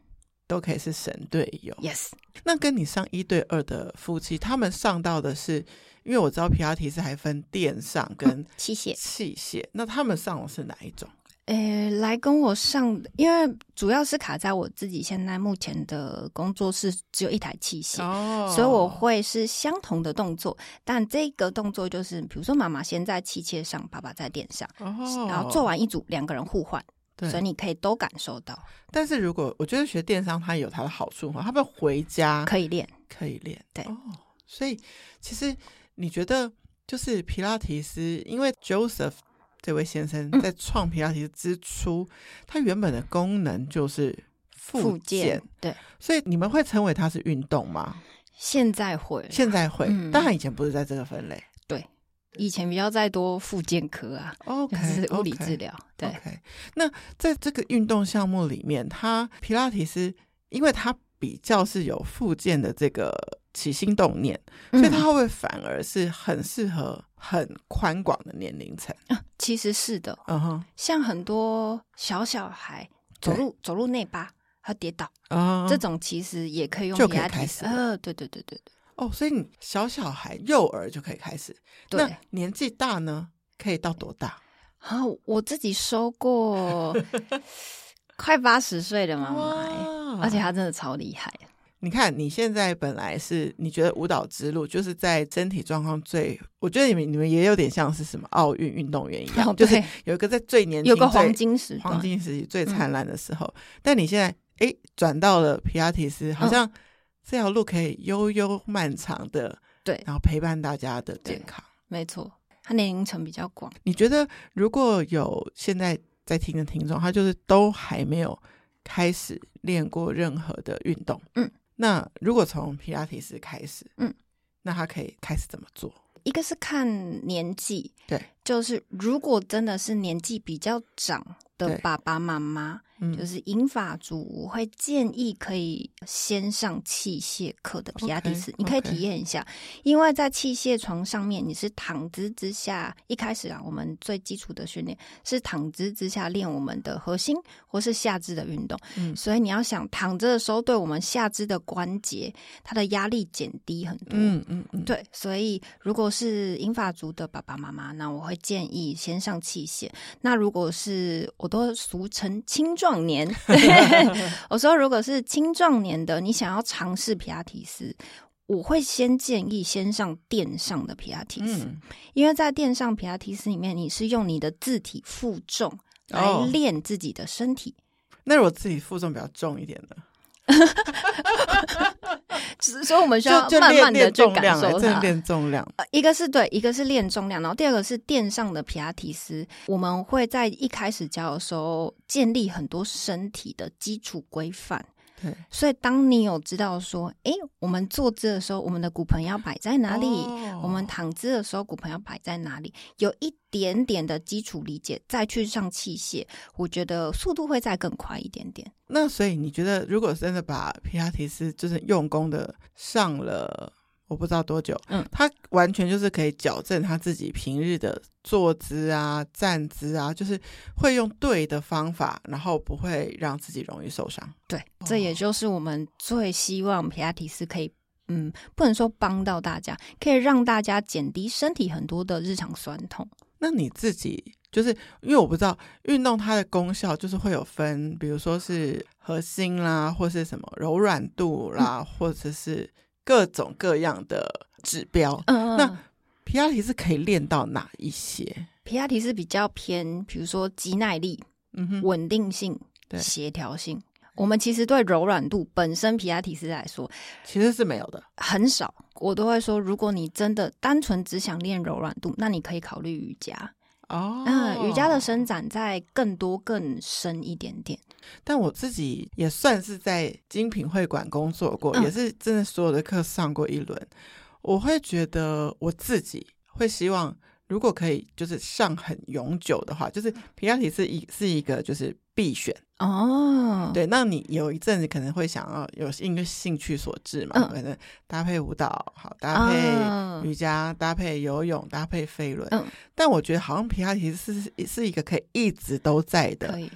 A: 都可以是神队友。
B: ，yes，
A: 那跟你上一对二的夫妻，他们上到的是，因为我知道皮拉提斯还分电上
B: 哦
A: 跟
B: 谢谢。
A: 器械，那他们上的是哪一种？
B: 诶，来跟我上，因为主要是卡在我自己现在目前的工作室只有一台器械，
A: 哦
B: 所以我会是相同的动作，但这个动作就是，比如说妈妈先在器械上，爸爸在垫上，
A: 哦，
B: 然后做完一组，两个人互换，
A: 对
B: 所以，你可以都感受到，
A: 但是如果我觉得学电商它有它的好处哈，他们回家
B: 可以练。
A: 可以练。
B: 对
A: 哦，所以其实你觉得就是皮拉提斯，因为 Joseph 这位先生
B: 嗯
A: 在创皮拉提斯之初，他原本的功能就是复健，
B: 对，
A: 所以你们会称为它是运动吗？
B: 现在会了，
A: 现在会，
B: 嗯
A: 但它以前不是在这个分类。
B: 对，以前比较再多复健科啊，就
A: OK，
B: 是物理
A: OK
B: 治疗，对
A: OK，那在这个运动项目里面，它皮拉提斯，因为它比较是有复健的这个起心动念，所以它
B: 嗯
A: 会不会反而是很适合很宽广的年龄层？
B: 啊其实是的，
A: 嗯哼，
B: 像很多小小孩走
A: 对
B: 路走路内八，他跌倒，
A: 啊、
B: 这种其实也可以用
A: 就
B: 皮
A: 可以
B: 拉
A: 开
B: 提斯，
A: 始了
B: 呃，对对对对
A: 哦，所以你小小孩、幼儿就可以开始，
B: 对。
A: 那年纪大呢，可以到多大？
B: 啊，我自己收 过快八十岁的妈妈、欸，
A: 哇
B: 而且她真的超厉害。
A: 你看，你现在本来是你觉得舞蹈之路就是在身体状况最，我觉得你们你们也有点像是什么奥运运动员一 样，
B: 哦
A: 就是
B: 对
A: 有一个在最年轻、
B: 有个
A: 最
B: 黄金时段嗯
A: 黄，金时期最灿烂的时候，但你现在诶转到了皮亚提斯，
B: 嗯
A: 好像这条路可以悠悠漫长的，
B: 对，
A: 然后陪伴大家的健康。
B: 没错，她年龄层比较广。
A: 你觉得如果有现在在听的听众，他就是都还没有开始练过任何的运动，
B: 嗯，
A: 那如果从皮拉提斯开始，
B: 嗯，
A: 那他可以开始怎么做？
B: 一个是看年纪，
A: 对，
B: 就是如果真的是年纪比较长的
A: 对
B: 爸爸妈妈，
A: 嗯，
B: 就是银发族，我会建议可以先上器械课的皮拉提斯
A: OK，
B: 你可以
A: OK
B: 体验一下，因为在器械床上面你是躺姿之下，一开始啊，我们最基础的训练是躺姿之下练我们的核心或是下肢的运动，
A: 嗯
B: 所以你要想躺着的时候，对我们下肢的关节它的压力减低很多，
A: 嗯嗯嗯，
B: 对，所以如果是英法族的爸爸妈妈，那我会建议先上器械。那如果是我都俗称青壮 年， 我说如果是青壮年的，你想要尝试皮拉提斯。我会先建议先上垫上的皮拉提斯，
A: 嗯，
B: 因为在垫上皮拉提斯里面，你是用你的字体负重来
A: 哦
B: 练自己的身体，
A: 那如果自己负重比较重一点的，
B: 只是所以我们需要
A: 哦就就
B: 慢慢
A: 练
B: 的
A: 练
B: 去
A: 重
B: 感
A: 量，啊
B: 受
A: 真
B: 它
A: 的。练重量，
B: 呃，一个是对，一个是练重量，然后第二个是垫上的皮拉提斯。我们会在一开始教的时候建立很多身体的基础规范，
A: 对，
B: 所以当你有知道说，诶，我们坐姿的时候，我们的骨盆要摆在哪里？
A: 哦
B: 我们躺姿的时候，骨盆要摆在哪里？有一点点的基础理解，再去上器械，我觉得速度会再更快一点点。
A: 那所以你觉得，如果真的把皮拉提斯就是用功的上了，我不知道多久，
B: 嗯，
A: 他完全就是可以矫正他自己平日的坐姿啊、站姿啊，就是会用对的方法，然后不会让自己容易受伤。
B: 对，这
A: 哦
B: 也就是我们最希望皮拉提斯可以，嗯，不能说帮到大家，可以让大家减低身体很多的日常酸痛。
A: 那你自己就是因为我不知道运动它的功效，就是会有分，比如说是核心啦，或是什么柔软度啦，或者是各种各样的指标。
B: 嗯
A: 那皮拉提斯可以练到哪一些？
B: 皮拉提斯比较偏，比如说肌耐力、
A: 嗯哼，
B: 稳定性、
A: 对
B: 协调性。我们其实对柔软度本身皮拉提斯来说
A: 其实是没有的。
B: 很少，我都会说，如果你真的单纯只想练柔软度，那你可以考虑瑜伽。
A: 哦
B: 嗯、瑜伽的，伸展再更多更深一点点。
A: 但我自己也算是在精品会馆工作过，
B: 嗯
A: 也是真的所有的课上过一轮。我会觉得我自己会希望，如果可以，就是上很永久的话，
B: 嗯
A: 就是皮拉提是一是一个就是必选。
B: 哦，
A: 对，那你有一阵子可能会想要有因为兴趣所致嘛，
B: 嗯
A: 可能搭配舞蹈，好搭配
B: 啊，
A: 瑜伽，搭配游泳，搭配飞轮。
B: 嗯
A: 但我觉得好像皮拉提斯是是一个可以一直都在
B: 可
A: 的
B: 以，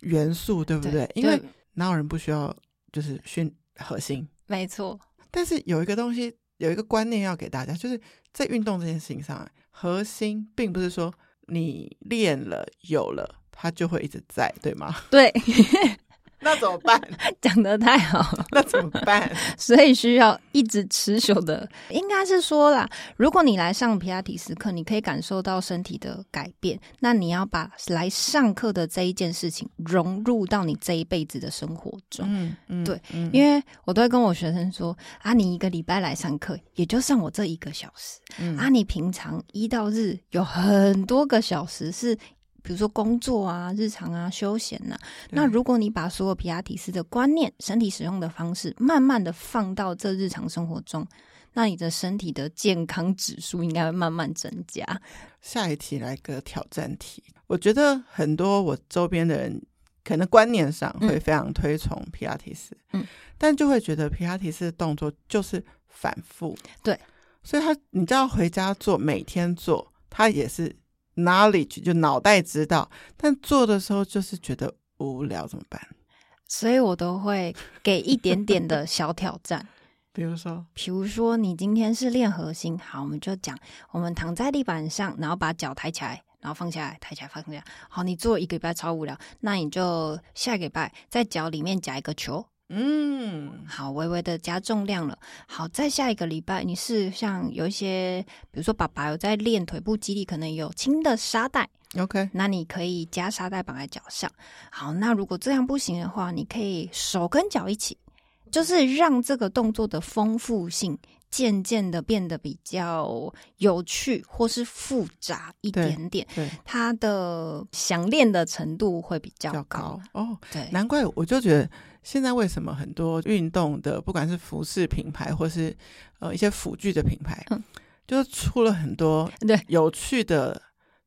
A: 元素，对不对？因为
B: 就
A: 哪有人不需要就是训核心？
B: 没错，
A: 但是有一个东西，有一个观念要给大家，就是在运动这件事情上，核心并不是说你练了有了，它就会一直在，对吗？
B: 对，
A: 那怎么办？
B: 讲的太好了，
A: 那怎么办？
B: 所以需要一直持久的， 应该是说啦，如果你来上皮拉提斯课，你可以感受到身体的改变，那你要把来上课的这一件事情融入到你这一辈子的生活中。
A: 嗯嗯
B: 对，
A: 嗯
B: 因为我都会跟我学生说啊，你一个礼拜来上课，也就上我这一个小时、
A: 嗯
B: 啊，你平常一到日有很多个小时是比如说工作啊、日常啊、休闲呐、
A: 对
B: 那如果你把所有皮拉提斯的观念、身体使用的方式，慢慢的放到这日常生活中，那你的身体的健康指数应该会慢慢增加。
A: 下一题来个挑战题。我觉得很多我周边的人可能观念上会非常推崇皮拉提斯，
B: 嗯，
A: 但就会觉得皮拉提斯的动作就是反复，
B: 对，
A: 所以他你知道回家做，每天做，他也是 knowledge 就脑袋知道，但做的时候就是觉得无聊怎么办？
B: 所以我都会给一点点的小挑战。
A: 比如说，
B: 比如说，你今天是练核心，好，我们就讲，我们躺在地板上，然后把脚抬起来，然后放下来，抬起来，放下来。好，你做一个礼拜超无聊，那你就下个礼拜在脚里面夹一个球，
A: 嗯，
B: 好，微微的加重量了。好，再下一个礼拜，你是像有一些，比如说爸爸有在练腿部肌力，可能有轻的沙袋，
A: OK，
B: 那你可以加沙袋绑在脚上。好，那如果这样不行的话，你可以手跟脚一起，就是让这个动作的丰富性渐渐的变得比较有趣或是复杂一
A: 对
B: 点点，
A: 对，
B: 它的想练的程度会比较
A: 较
B: 高
A: 高。哦。
B: 对，
A: 难怪我就觉得现在为什么很多运动的，不管是服饰品牌或是呃一些辅具的品牌，
B: 嗯
A: 就是出了很多
B: 对嗯
A: 有趣的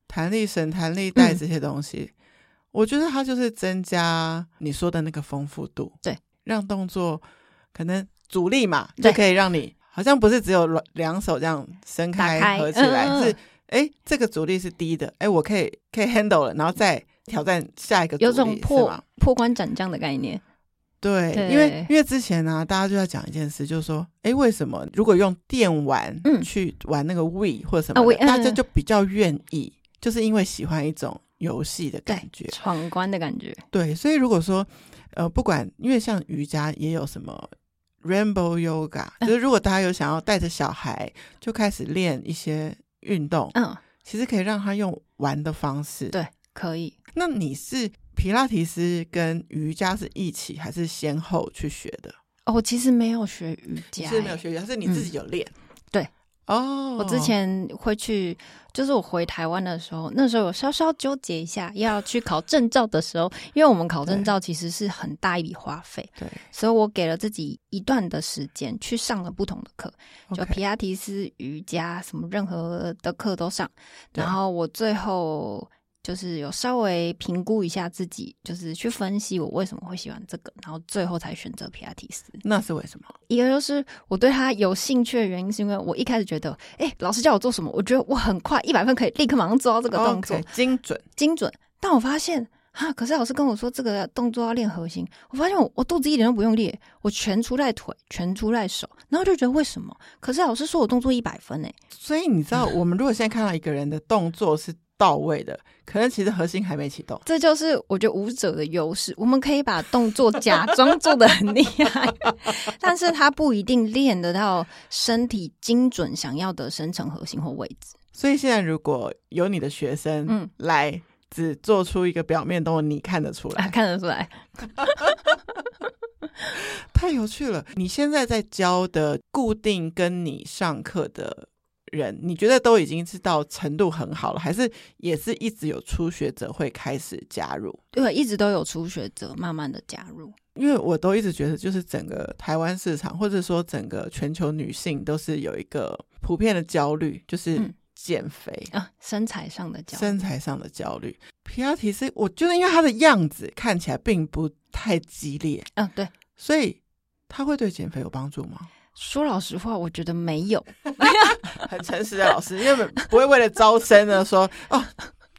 A: 弹力绳、弹力带这些东西。我觉得它就是增加你说的那个丰富度，
B: 对，
A: 让动作可能阻力嘛，
B: 对
A: 就可以让你好像不是只有两两手这样伸
B: 打开
A: 合起来，
B: 嗯嗯嗯
A: 是哎这个阻力是低的，哎我可以可以 handle 了，然后再挑战下一个阻力，
B: 有种
A: 是
B: 破
A: 吗
B: 破关斩将的概念。
A: 对，
B: 对
A: 因为因为之前呢、大家就在讲一件事，就是说，哎，为什么如果用电玩
B: 嗯
A: 去玩那个 Wii 或者什
B: 啊
A: 么的，
B: ，Wii，嗯
A: 大家就比较愿意，就是因为喜欢一种游戏的感觉。
B: 闯关的感觉。
A: 对，所以如果说，呃，不管，因为像瑜伽也有什么 Rainbow Yoga，、
B: 嗯
A: 就是如果大家有想要带着小孩就开始练一些运动，
B: 嗯，
A: 其实可以让他用玩的方式。
B: 对，可以。
A: 那你是皮拉提斯跟瑜伽是一起还是先后去学的？
B: 哦，我其实没有学瑜
A: 你
B: 伽、
A: 是没有
B: 欸
A: 学瑜伽，是你自己有练。
B: 对，
A: 哦，
B: 我之前会去，就是我回台湾的时候，那时候有稍稍纠结一下，要去考证照的时候，因为我们考证照其实是很大一笔花费，
A: 对，
B: 所以我给了自己一段的时间去上了不同的课，就
A: OK
B: 皮拉提斯、瑜伽什么任何的课都上，
A: 对
B: 然后我最后。就是有稍微评估一下自己，就是去分析我为什么会喜欢这个，然后最后才选择皮拉提斯。
A: 那是为什么？
B: 一个就是我对他有兴趣的原因，是因为我一开始觉得，哎、老师叫我做什么，我觉得我很快一百分可以立刻马上做到这个动作
A: OK，精哦准，
B: 精准。但我发现，哈，可是老师跟我说这个动作要练核心，我发现我我肚子一点都不用练，我全出在腿，全出在手，然后就觉得为什么？可是老师说我动作一百分呢、
A: 所以你知
B: 嗯
A: 道，我们如果现在看到一个人的动作是到位的，可能其实核心还没启动。
B: 这就是我觉得舞者的优势，我们可以把动作假装做的很厉害， 但是他不一定练得到身体精准想要的深层核心或位置。
A: 所以现在如果有你的学生
B: 嗯。
A: 来，只做出一个表面动作，你看得出
B: 啊，
A: 来，
B: 看得出来，
A: 太有趣了。你现在在教的固定跟你上课的。人，你觉得都已经是到程度很好了，还是也是一直有初学者会开始加入？
B: 对，一直都有初学者慢慢的加入，
A: 因为我都一直觉得，就是整个台湾市场，或者说整个全球女性，都是有一个普遍的焦虑，就是
B: 嗯
A: 减肥、
B: 啊，身材上的教育，
A: 身材上的焦虑。皮拉提斯，我觉得因为她的样子看起来并不太激烈，
B: 嗯，对，
A: 所以它会对减肥有帮助 吗？
B: 说老实话，我觉得没有，
A: 很诚实的老师，因 为不会为了招生呢说哦，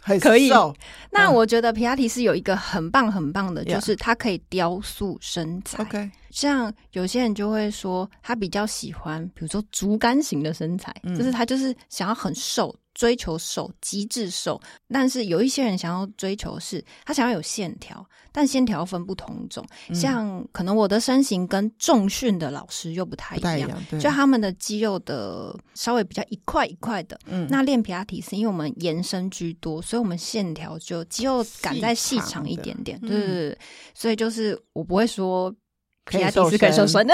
A: 很
B: 可以
A: 瘦
B: 那
A: 嗯
B: 我觉得皮拉提是有一个很棒很棒的，就
A: Yeah
B: 是它可以雕塑身材。
A: ，OK，
B: 像有些人就会说，他比较喜欢，比如说竹竿型的身材，
A: 嗯
B: 就是他就是想要很瘦，追求瘦，极致瘦。但是有一些人想要追求是，他想要有线条，但线条分不同种。
A: 嗯
B: 像可能我的身形跟重训的老师又不太
A: 不
B: 一
A: 太一
B: 样。
A: 样，对，
B: 就他们的肌肉的稍微比较一块一块的，
A: 嗯
B: 那练皮拉提是因为我们延伸居多，所以我们线条就肌肉感再细长一点点，
A: 细长的
B: 对对对，所以就是我不会说
A: 可以
B: 皮拉
A: 瘦
B: 提斯可以瘦
A: 身
B: 身的，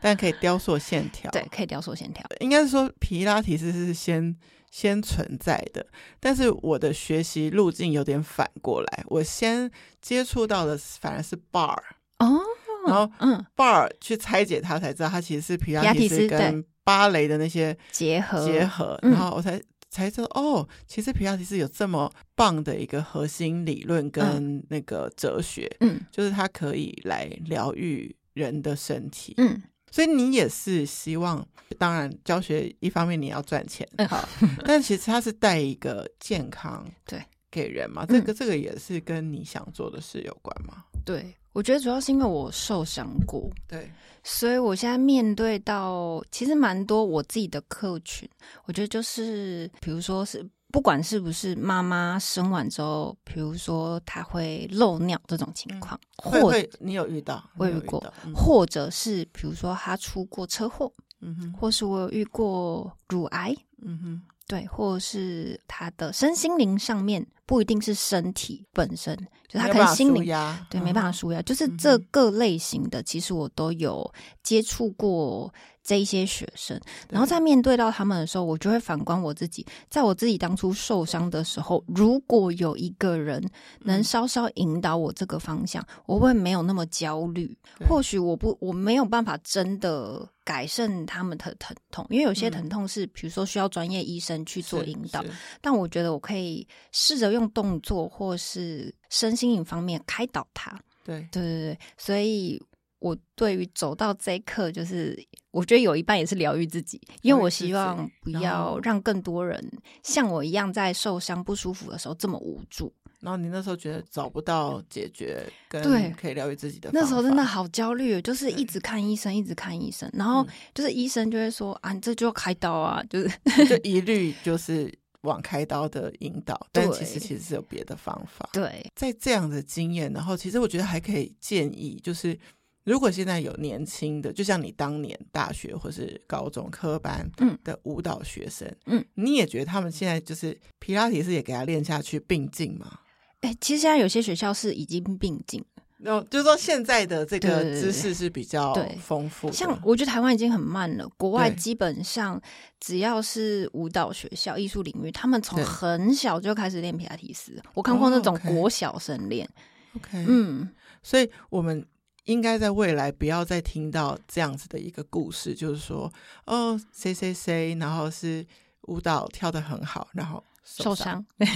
A: 但可以雕塑线条。
B: 对，，可以雕塑线条。
A: 应该是说皮拉提斯是先先存在的，但是我的学习路径有点反过来，我先接触到的反而是 bar，
B: 哦，
A: 然后
B: 嗯，
A: bar 去拆解它才知道它其实是皮拉
B: 拉
A: 提
B: 提
A: 斯
B: 斯
A: 跟芭蕾的那些
B: 结合
A: 结合，
B: 嗯
A: 然后我才。才知道哦，其实皮拉提斯有这么棒的一个核心理论跟那个哲学，
B: 嗯
A: 就是它可以来疗愈人的身体。
B: 嗯，
A: 所以你也是希望，当然教学一方面你要赚钱，
B: 嗯
A: 好，但其实它是带一个健康
B: 对嗯
A: 给人嘛，这个、这个也是跟你想做的事有关嘛。
B: 对，我觉得主要是因为我受伤过，
A: 对，
B: 所以我现在面对到其实蛮多我自己的客群，我觉得就是比如说是不管是不是妈妈生完之后，比如说她会漏尿这种情况，
A: 嗯会
B: 或
A: 会你有遇到，
B: 我
A: 你有
B: 遇过
A: 到，嗯
B: 或者是比如说她出过车祸，
A: 嗯哼，
B: 或是我有遇过乳癌，
A: 嗯哼，
B: 对，或者是她的身心灵上面不一定是身体本身，就她
A: 没有
B: 可
A: 办
B: 能
A: 法
B: 心
A: 舒
B: 灵
A: 压，
B: 对，没办法
A: 法，
B: 输呀。就是
A: 嗯哼
B: 这各类型的，其实我都有接触过这一些学生。然后在面对到他们的时候，我就会反观我自己，在我自己当初受伤的时候，如果有一个人能
A: 嗯
B: 稍稍引导我这个方向，我会没有那么焦虑。
A: 对
B: 或许我不，我没有办法真的。改善他们的疼痛，因为有些
A: 嗯
B: 疼痛是，比如说需要专业医生去做
A: 是
B: 引导，，
A: 是
B: 但我觉得我可以试着用动作或是身心灵方面开导他。
A: 对，
B: 对对对，所以我对于走到这一刻，就是我觉得有一半也是疗愈自己，因为
A: 疗愈
B: 我
A: 自己
B: 希望不
A: 然
B: 要
A: 后
B: 让更多人像我一样，在受伤不舒服的时候这么无助。
A: 然后你那时候觉得找不到解决跟
B: 对
A: 可以疗愈自己的方法，
B: 那时候真的好焦虑哦，就是
A: 对
B: 一直看医生，一直看医生，然后
A: 嗯
B: 就是医生就会说啊，你这就要开刀啊，就是
A: 就一律就是往开刀的引导，但其实
B: 对。
A: 其实是有别的方法
B: 对，
A: 在这样的经验，然后其实我觉得还可以建议，就是如果现在有年轻的，就像你当年大学或是高中科班
B: 嗯
A: 的舞蹈学生，
B: 嗯，
A: 你也觉得他们现在就是皮拉提斯也给他练下去并进嘛？
B: 哎，其实现在有些学校是已经并进，
A: 然后就是说现在的这个
B: 对对对
A: 知识是比较
B: 对
A: 丰富的，
B: 像我觉得台湾已经很慢了，国外
A: 对
B: 基本上只要是舞蹈学校、艺术领域，他们从
A: 对
B: 很小就开始练皮拉提斯。我看过那
A: 哦
B: 种
A: ，OK
B: 国小生练，
A: OK，嗯，
B: 嗯，
A: 所以我们。应该在未来不要再听到这样子的一个故事，就是说，哦，谁谁谁，然后是舞蹈跳得很好，然后
B: 受
A: 伤，
B: 伤，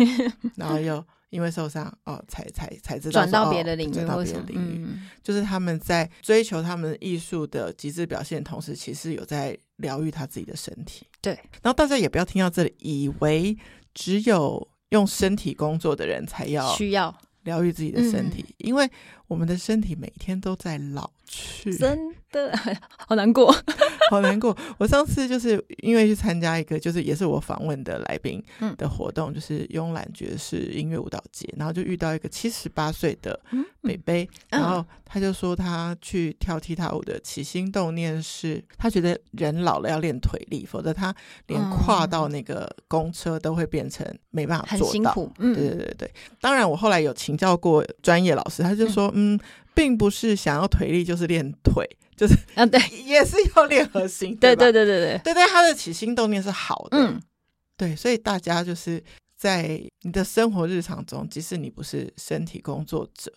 A: 然后又因为受伤哦，才才才知道
B: 转
A: 说
B: 到
A: 哦
B: 别的领域
A: 转到
B: 或
A: 别
B: 什
A: 的
B: 么，
A: 领域，
B: 嗯，
A: 就是他们在追求他们艺术的极致表现，同时其实有在疗愈他自己的身体。
B: 对，
A: 然后大家也不要听到这里，以为只有用身体工作的人才要
B: 需要
A: 疗愈自己的
B: 嗯
A: 身体，因为我们的身体每天都在老去，
B: 真的好难 过，
A: 好难过。我上次就是因为去参加一个，就是也是我访问的来宾
B: 嗯
A: 的活动，就是慵懒爵士音乐舞蹈节，然后就遇到一个七十八岁的
B: 嗯
A: 北北，
B: 嗯
A: 然后他就说他去跳踢踏舞的起心动念是，他觉得人老了要练腿力，否则他连
B: 嗯
A: 跨到那个公车都会变成没办法
B: 很
A: 做
B: 辛
A: 到。
B: 苦，
A: 对
B: 嗯，
A: 对对对，当然我后来有请教过专业老师，他就说，嗯，并不是想要腿力就是练腿， 就是
B: 啊，对，
A: 也是要练核心，
B: 对
A: 吧
B: 对对对对，
A: 对对，他的起心动念是好的，
B: 嗯，
A: 对，所以大家就是在你的生活日常中，即使你不是身体工作者，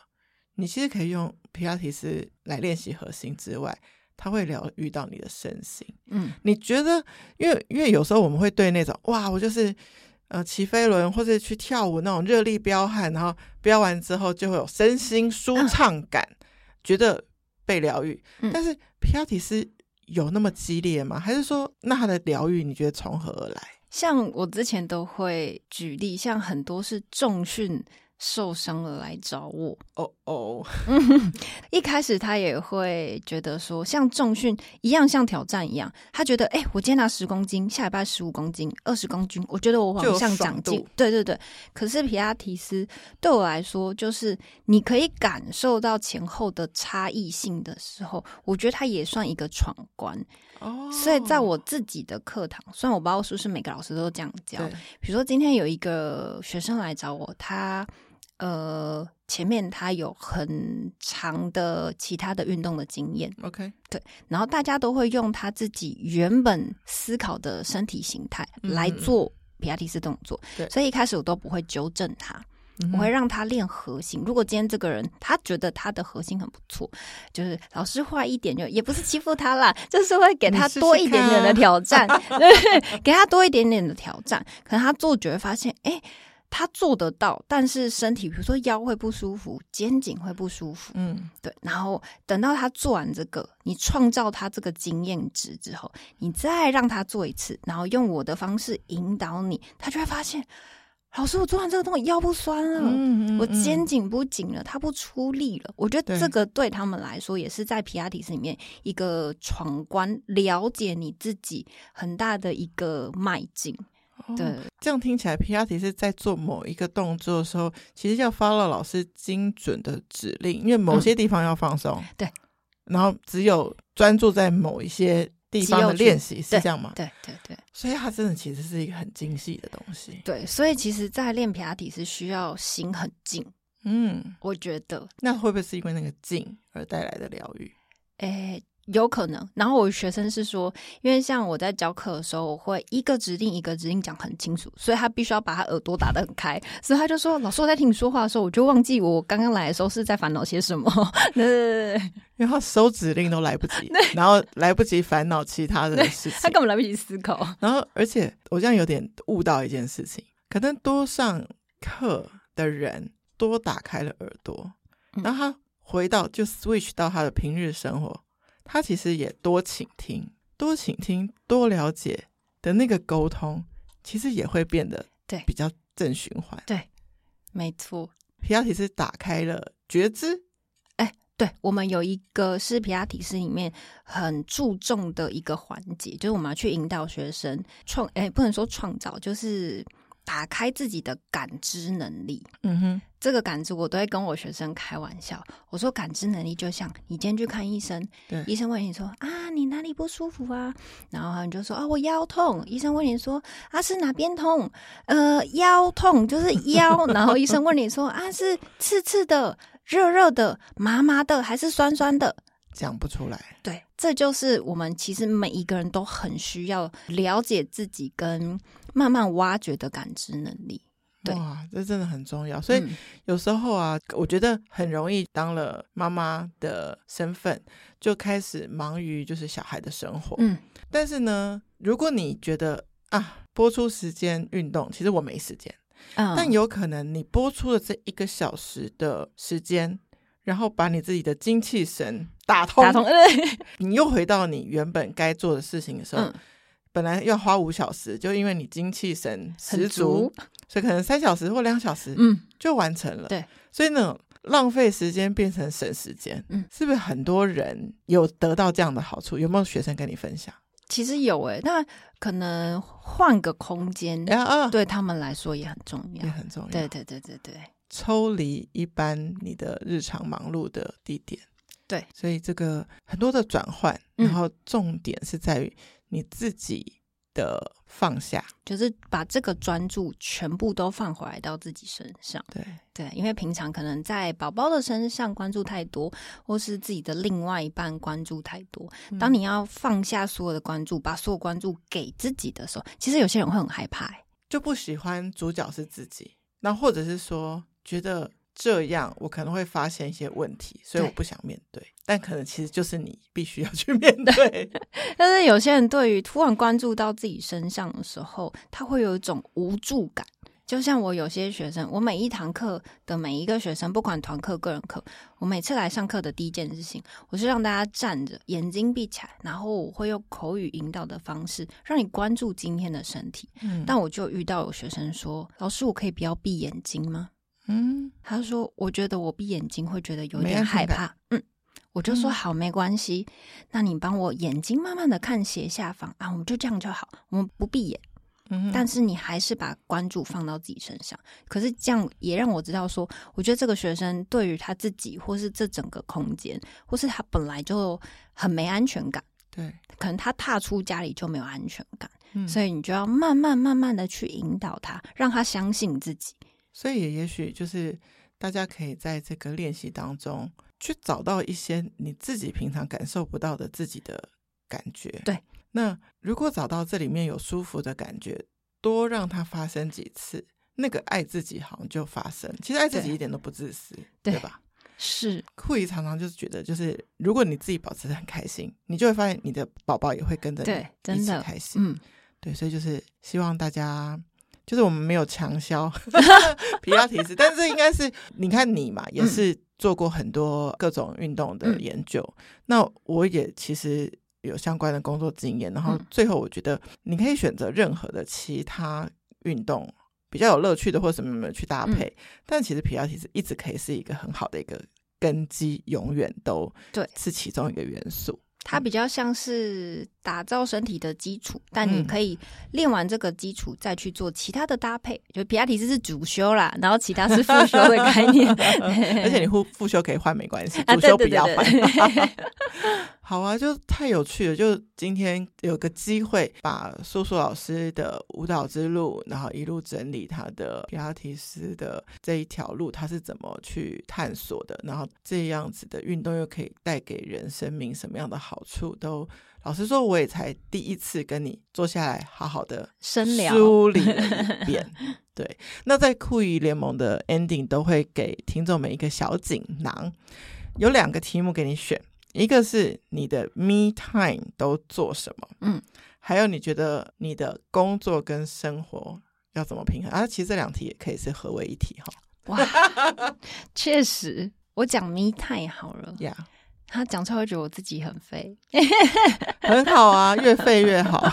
A: 你其实可以用皮拉提斯来练习核心之外，它会疗愈到你的身心。
B: 嗯，
A: 你觉得，因为因为有时候我们会对那种哇，我就是呃骑飞轮或者去跳舞那种热力彪悍，然后飙完之后就会有身心舒畅感，觉得被疗愈。
B: 嗯
A: 但是皮拉提斯有那么激烈吗？还是说，那他的疗愈你觉得从何而来？
B: 像我之前都会举例，像很多是重训受伤了来找我，
A: 哦哦，
B: 一开始他也会觉得说，像重训一样，像挑战一样，他觉得，哎、我今天拿十公斤，下礼拜十五公斤、二十公斤，我觉得我
A: 就
B: 往
A: 有
B: 上
A: 爽
B: 长进
A: 度。
B: 对对对。可是皮拉提斯对我来说，就是你可以感受到前后的差异性的时候，我觉得它也算一个闯关。
A: 哦，
B: 所以在我自己的课堂，虽然我不知道是不是每个老师都这样教
A: 对，
B: 比如说今天有一个学生来找我，他呃，前面他有很长的其他的运动的经验，
A: OK，
B: 然后大家都会用他自己原本思考的身体形态
A: 嗯
B: 来
A: 嗯嗯
B: 做皮亚提斯动作，
A: 对
B: 所以一开始我都不会纠正他，
A: 嗯
B: 我会
A: 哼
B: 让他练核心。如果今天这个人他觉得他的核心很不错，就是老师坏一点就也不是欺负他啦，就是会给他
A: 你试试
B: 多一点点
A: 看啊
B: 的 挑战，对，给他多一点点的挑战。可能他做久会发现，哎、他做得到，但是身体比如说腰会不舒服，肩颈会不舒服，
A: 嗯
B: 对。然后等到他做完这个，你创造他这个经验值之后，你再让他做一次，然后用我的方式引导你，他就会发现，老师，我做完这个动作腰不酸了，
A: 嗯
B: 我肩颈不紧了，他不出力了。我觉
A: 对
B: 得这个对他们来说也是在皮亚提斯里面一个闯关、了解你自己很大的一个迈进。对，
A: 哦这样听起来，皮拉提是在做某一个动作的时候，其实要 follow 老师精准的指令，因为某些地方要放松，
B: 嗯对，
A: 然后只有专注在某一些地方
B: 肌肉
A: 的
B: 群
A: 练习，是这样吗？
B: 对对对
A: 所以它真的其实是一个很精细的东西。
B: 对，所以其实，在练皮亚提是需要心很静，
A: 嗯，
B: 我觉得，
A: 那会不会是因为那个静而带来的疗愈？
B: 诶。有可能，然后我学生是说，因为像我在教课的时候，我会一个指令一个指令讲很清楚，所以他必须要把他耳朵打得很开，所以他就说：“老师，我在听你说话的时候，我就忘记我刚刚来的时候是在烦恼些什么。” 对对对对对，
A: 因为他收指令都来不 及，然后来不及烦恼其他的事情
B: 他，根本来不及思考。
A: 然后，而且我这样有点悟到一件事情，可能多上课的人多打开了耳朵，
B: 嗯
A: 然后他回到就 switch 到他的平日生活，他其实也多倾听、多倾听、多了解的那个沟通，其实也会变得
B: 对
A: 比较正循环。
B: 没错，
A: 皮亚提是打开了觉知，
B: 对我们有一个是皮亚提斯里面很注重的一个环节，就是我们要去引导学生创，哎，不能说创造，就是打开自己的感知能力。
A: 嗯哼，
B: 这个感知，我都会跟我学生开玩笑，我说感知能力就像你今天去看医生，
A: 对
B: 医生问你说啊，你哪里不舒服啊？然后你就说啊，我腰痛。医生问你说啊，是哪边痛？呃，腰痛就是腰。然后医生问你说啊，是刺刺的、热热的、麻麻的，还是酸酸的？
A: 讲不出来，
B: 对，这就是我们其实每一个人都很需要了解自己跟慢慢挖掘的感知能力。对
A: 哇，这真的很重要，所以。
B: 嗯
A: 有时候啊，我觉得很容易当了妈妈的身份，就开始忙于就是小孩的生活。
B: 嗯
A: 但是呢，如果你觉得啊，播出时间运动，其实我没时间，
B: 嗯
A: 但有可能你播出了这一个小时的时间，然后把你自己的精气神打通，
B: 打通，
A: 你又回到你原本该做的事情的时候，
B: 嗯，
A: 本来要花五小时，就因为你精气神十
B: 很
A: 足
B: 足，，
A: 所以可能三小时或两小时，
B: 嗯，
A: 就完成了。
B: 对，
A: 所以呢，浪费时间变成省时间，
B: 嗯
A: 是不是很多人有得到这样的好处？有没有学生跟你分享？
B: 其实有诶、那可能换个空间，
A: 啊啊，
B: 嗯对他们来说也很重要
A: 也。很重要。
B: 对，对对对对，
A: 抽离一般你的日常忙碌的地点。
B: 对，
A: 所以这个很多的转换，
B: 嗯
A: 然后重点是在于你自己的放下。
B: 就是把这个专注全部都放回来到自己身上。
A: 对，
B: 对，因为平常可能在宝宝的身上关注太多，或是自己的另外一半关注太多。
A: 嗯
B: 当你要放下所有的关注，把所有关注给自己的时候，其实有些人会很害怕、欸。
A: 就不喜欢主角是自己，那或者是说觉得这样我可能会发现一些问题，所以我
B: 对
A: 不想面对，但可能其实就是你必须要去面对。
B: 但是有些人对于突然关注到自己身上的时候，他会有一种无助感。就像我有些学生，我每一堂课的每一个学生，不管团课、个人课，我每次来上课的第一件事情，我是让大家站着，眼睛闭起来，然后我会用口语引导的方式，让你关注今天的身体。
A: 嗯
B: 但我就遇到有学生说：“老师，我可以不要闭眼睛吗？”
A: 嗯，
B: 他说：“我觉得我闭眼睛会觉得有
A: 没
B: 点
A: 安全
B: 害
A: 感
B: 怕。”嗯，我就说：“
A: 嗯
B: 好，没关系，那你帮我眼睛慢慢的看斜下方啊，我们就这样就好，我们不闭眼，
A: 嗯
B: 但是你还是把关注放到自己身上。可是这样也让我知道说，我觉得这个学生对于他自己，或是这整个空间，或是他本来就很没安全感，
A: 对，
B: 可能他踏出家里就没有安全感，
A: 嗯
B: 所以你就要慢慢慢慢的去引导他，让他相信自己。
A: 所以也许就是大家可以在这个练习当中去找到一些你自己平常感受不到的自己的感觉。
B: 对，
A: 那如果找到这里面有舒服的感觉，多让它发生几次，那个爱自己好像就发生。其实爱自己
B: 对
A: 一点都不自私，
B: 对
A: 吧？
B: 是
A: 酷姨常常就是觉得，就是如果你自己保持得很开心，你就会发现你的宝宝也会跟着你
B: 对真
A: 一起
B: 的
A: 开心。
B: 嗯，
A: 对，所以就是希望大家，就是我们没有强 销皮拉提斯，但是应该是你看你嘛，也是做过很多各种运动的
B: 嗯
A: 研究。那我也其实有相关的工作经验，然后
B: 嗯
A: 最后我觉得你可以选择任何的其他运动。比较有乐趣的或什么什么去
B: 嗯
A: 搭配，但其实皮拉提斯一直可以是一个很好的一个根基，永远都
B: 对
A: 是其中一个元素。
B: 它比较像是打造身体的基础，但你
A: 嗯
B: 可以练完这个基础再去做其他的搭配。就皮亚提斯是主修啦，然后其他是副修的概念。
A: 而 且你复复修可以换没关系，
B: 啊
A: 主修不
B: 对对
A: 要
B: 对
A: 换
B: 对。
A: 好啊，就太有趣了！就今天有个机会，把苏苏老师的舞蹈之路，然后一路整理他的皮拉提斯的这一条路，他是怎么去探索的，然后这样子的运动又可以带给人生命什么样的好处，都老实说，我也才第一次跟你坐下来好好的
B: 深聊，
A: 梳理了一 遍。对，那在酷鱼联盟的 ending 都会给听众们一个小锦囊，有两个题目给你选，一个是你的 me time 都做什么，
B: 嗯，
A: 还有你觉得你的工作跟生活要怎么平衡啊？其实这两题也可以是合为一体哈。
B: 哇，确实，我讲 me time 好了，
A: 呀、
B: 他讲出来会觉得我自己很废，
A: 很好 啊，越废越好。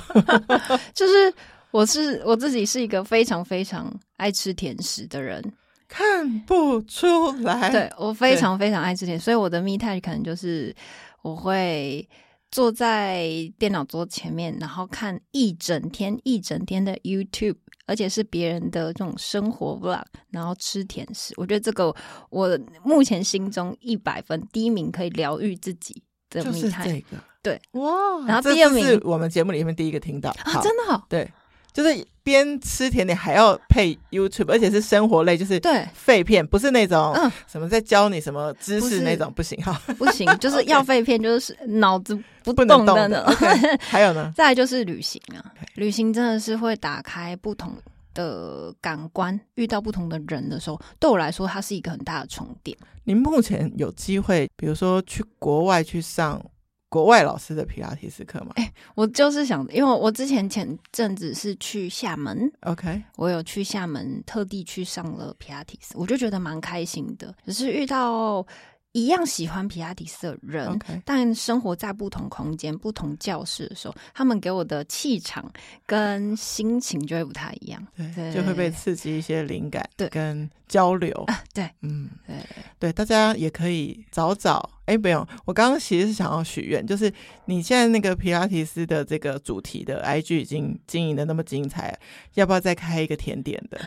B: 就是我是我自己是一个非常非常爱吃甜食的人，
A: 看不出来，
B: 对我非常非常爱吃甜，所以我的 me time 可能就是我会坐在电脑桌前面，然后看一整天一整天的 YouTube。而且是别人的这种生活 vlog，然后吃甜食，我觉得这个我目前心中一百分第一名可以疗愈自己的
A: 就
B: me
A: 是
B: time
A: 这个。
B: 对，
A: 哇，
B: 然后
A: 这
B: 第二
A: 次
B: 名
A: 是我们节目里面第一个听到
B: 啊，
A: 好。
B: 真的、哦、
A: 对，就是边吃甜点还要配 YouTube，而且是生活类，就是
B: 对，
A: 废片，不是那种
B: 嗯
A: 什么在教你什么知
B: 不
A: 识
B: 是
A: 那种，不行哈，
B: 不 行，就是要废片，就是脑子不
A: 不能
B: 动
A: 动的。
B: 的呢。
A: OK，还有呢，
B: 再来就是旅行啊
A: OK，
B: 旅行真的是会打开不同的感官，遇到不同的人的时候，对我来说，它是一个很大的重叠。
A: 您目前有机会，比如说去国外去上国外老师的皮拉提斯课吗
B: 我就是想，因为我之前前阵子是去厦门，
A: ？OK，
B: 我有去厦门特地去上了皮拉提斯，我就觉得蛮开心的，只是遇到一样喜欢皮拉提斯的人
A: OK
B: 但生活在不同空间、不同教室的时候，他们给我的气场跟心情就会不太一样。
A: 对，
B: 嗯对
A: 就会被刺激一些灵感，
B: 对
A: 跟交流。
B: 啊对
A: 嗯，
B: 对
A: 对，大家也可以找找。哎，没有，我刚刚其实是想要许愿，就是你现在那个皮拉提斯的这个主题的 IG 已经经营的那么精彩了，要不要再开一个甜点 的？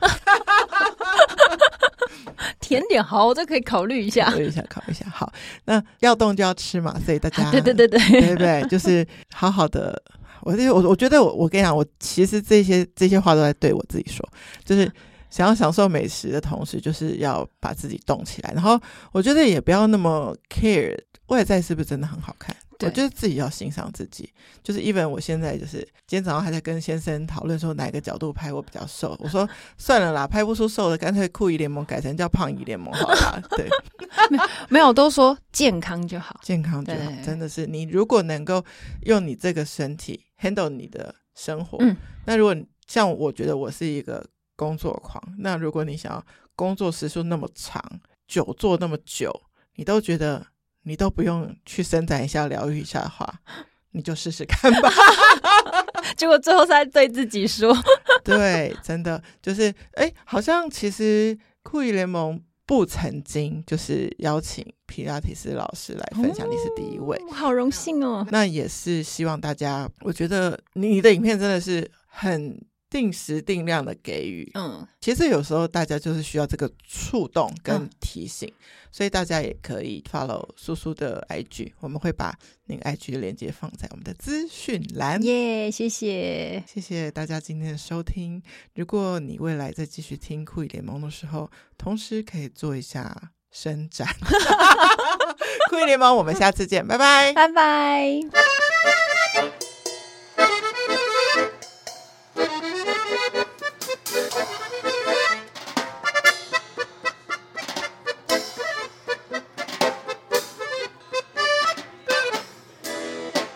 B: 甜点好，这可以考虑一下
A: 考。虑一下，考虑一下。好，那要动就要吃嘛，所以大家
B: 啊 对对对对，
A: 对不对？就是好好的。我这我我觉得我我跟你讲，我其实这些这些话都在对我自己说，就是想要享受美食的同时，就是要把自己动起来。然后我觉得也不要那么 care 外在是不是真的很好看，我
B: 对
A: 觉得自己要欣赏自己。就是 even 我现在就是今天早上还在跟先生讨论说哪个角度拍我比较瘦，我说算了啦，拍不出瘦的，干脆酷姨联盟改成叫胖姨联盟好了。对，
B: 没有都说健康就好。
A: 健康就好，
B: 对
A: 真的是你如果能够用你这个身体 handle 你的生活，
B: 嗯
A: 那如果你像我觉得我是一个工作狂，那如果你想要工作时数那么长，久坐那么久，你都觉得你都不用去伸展一下、疗愈一下的 话，你就试试看吧。
B: 结果最后是在对自己说，
A: 对，真的就是，哎，好像其实酷艺联盟不曾经就是邀请皮拉提斯老师来分享，你是第一位。
B: 我好荣幸哦。
A: 那也是希望大家，我觉得你的影片真的是很定时定量的给予。
B: 嗯，
A: 其实有时候大家就是需要这个触动跟
B: 嗯
A: 提醒，所以大家也可以 follow 苏苏的 IG，我们会把那个 IG 的链接放在我们的资讯栏。
B: 嗯耶、谢谢。
A: 谢谢大家今天的收听。如果你未来再继续听酷艺联盟的时候，同时可以做一下伸 展。酷艺联盟，我们下次见，拜拜。
B: 拜拜。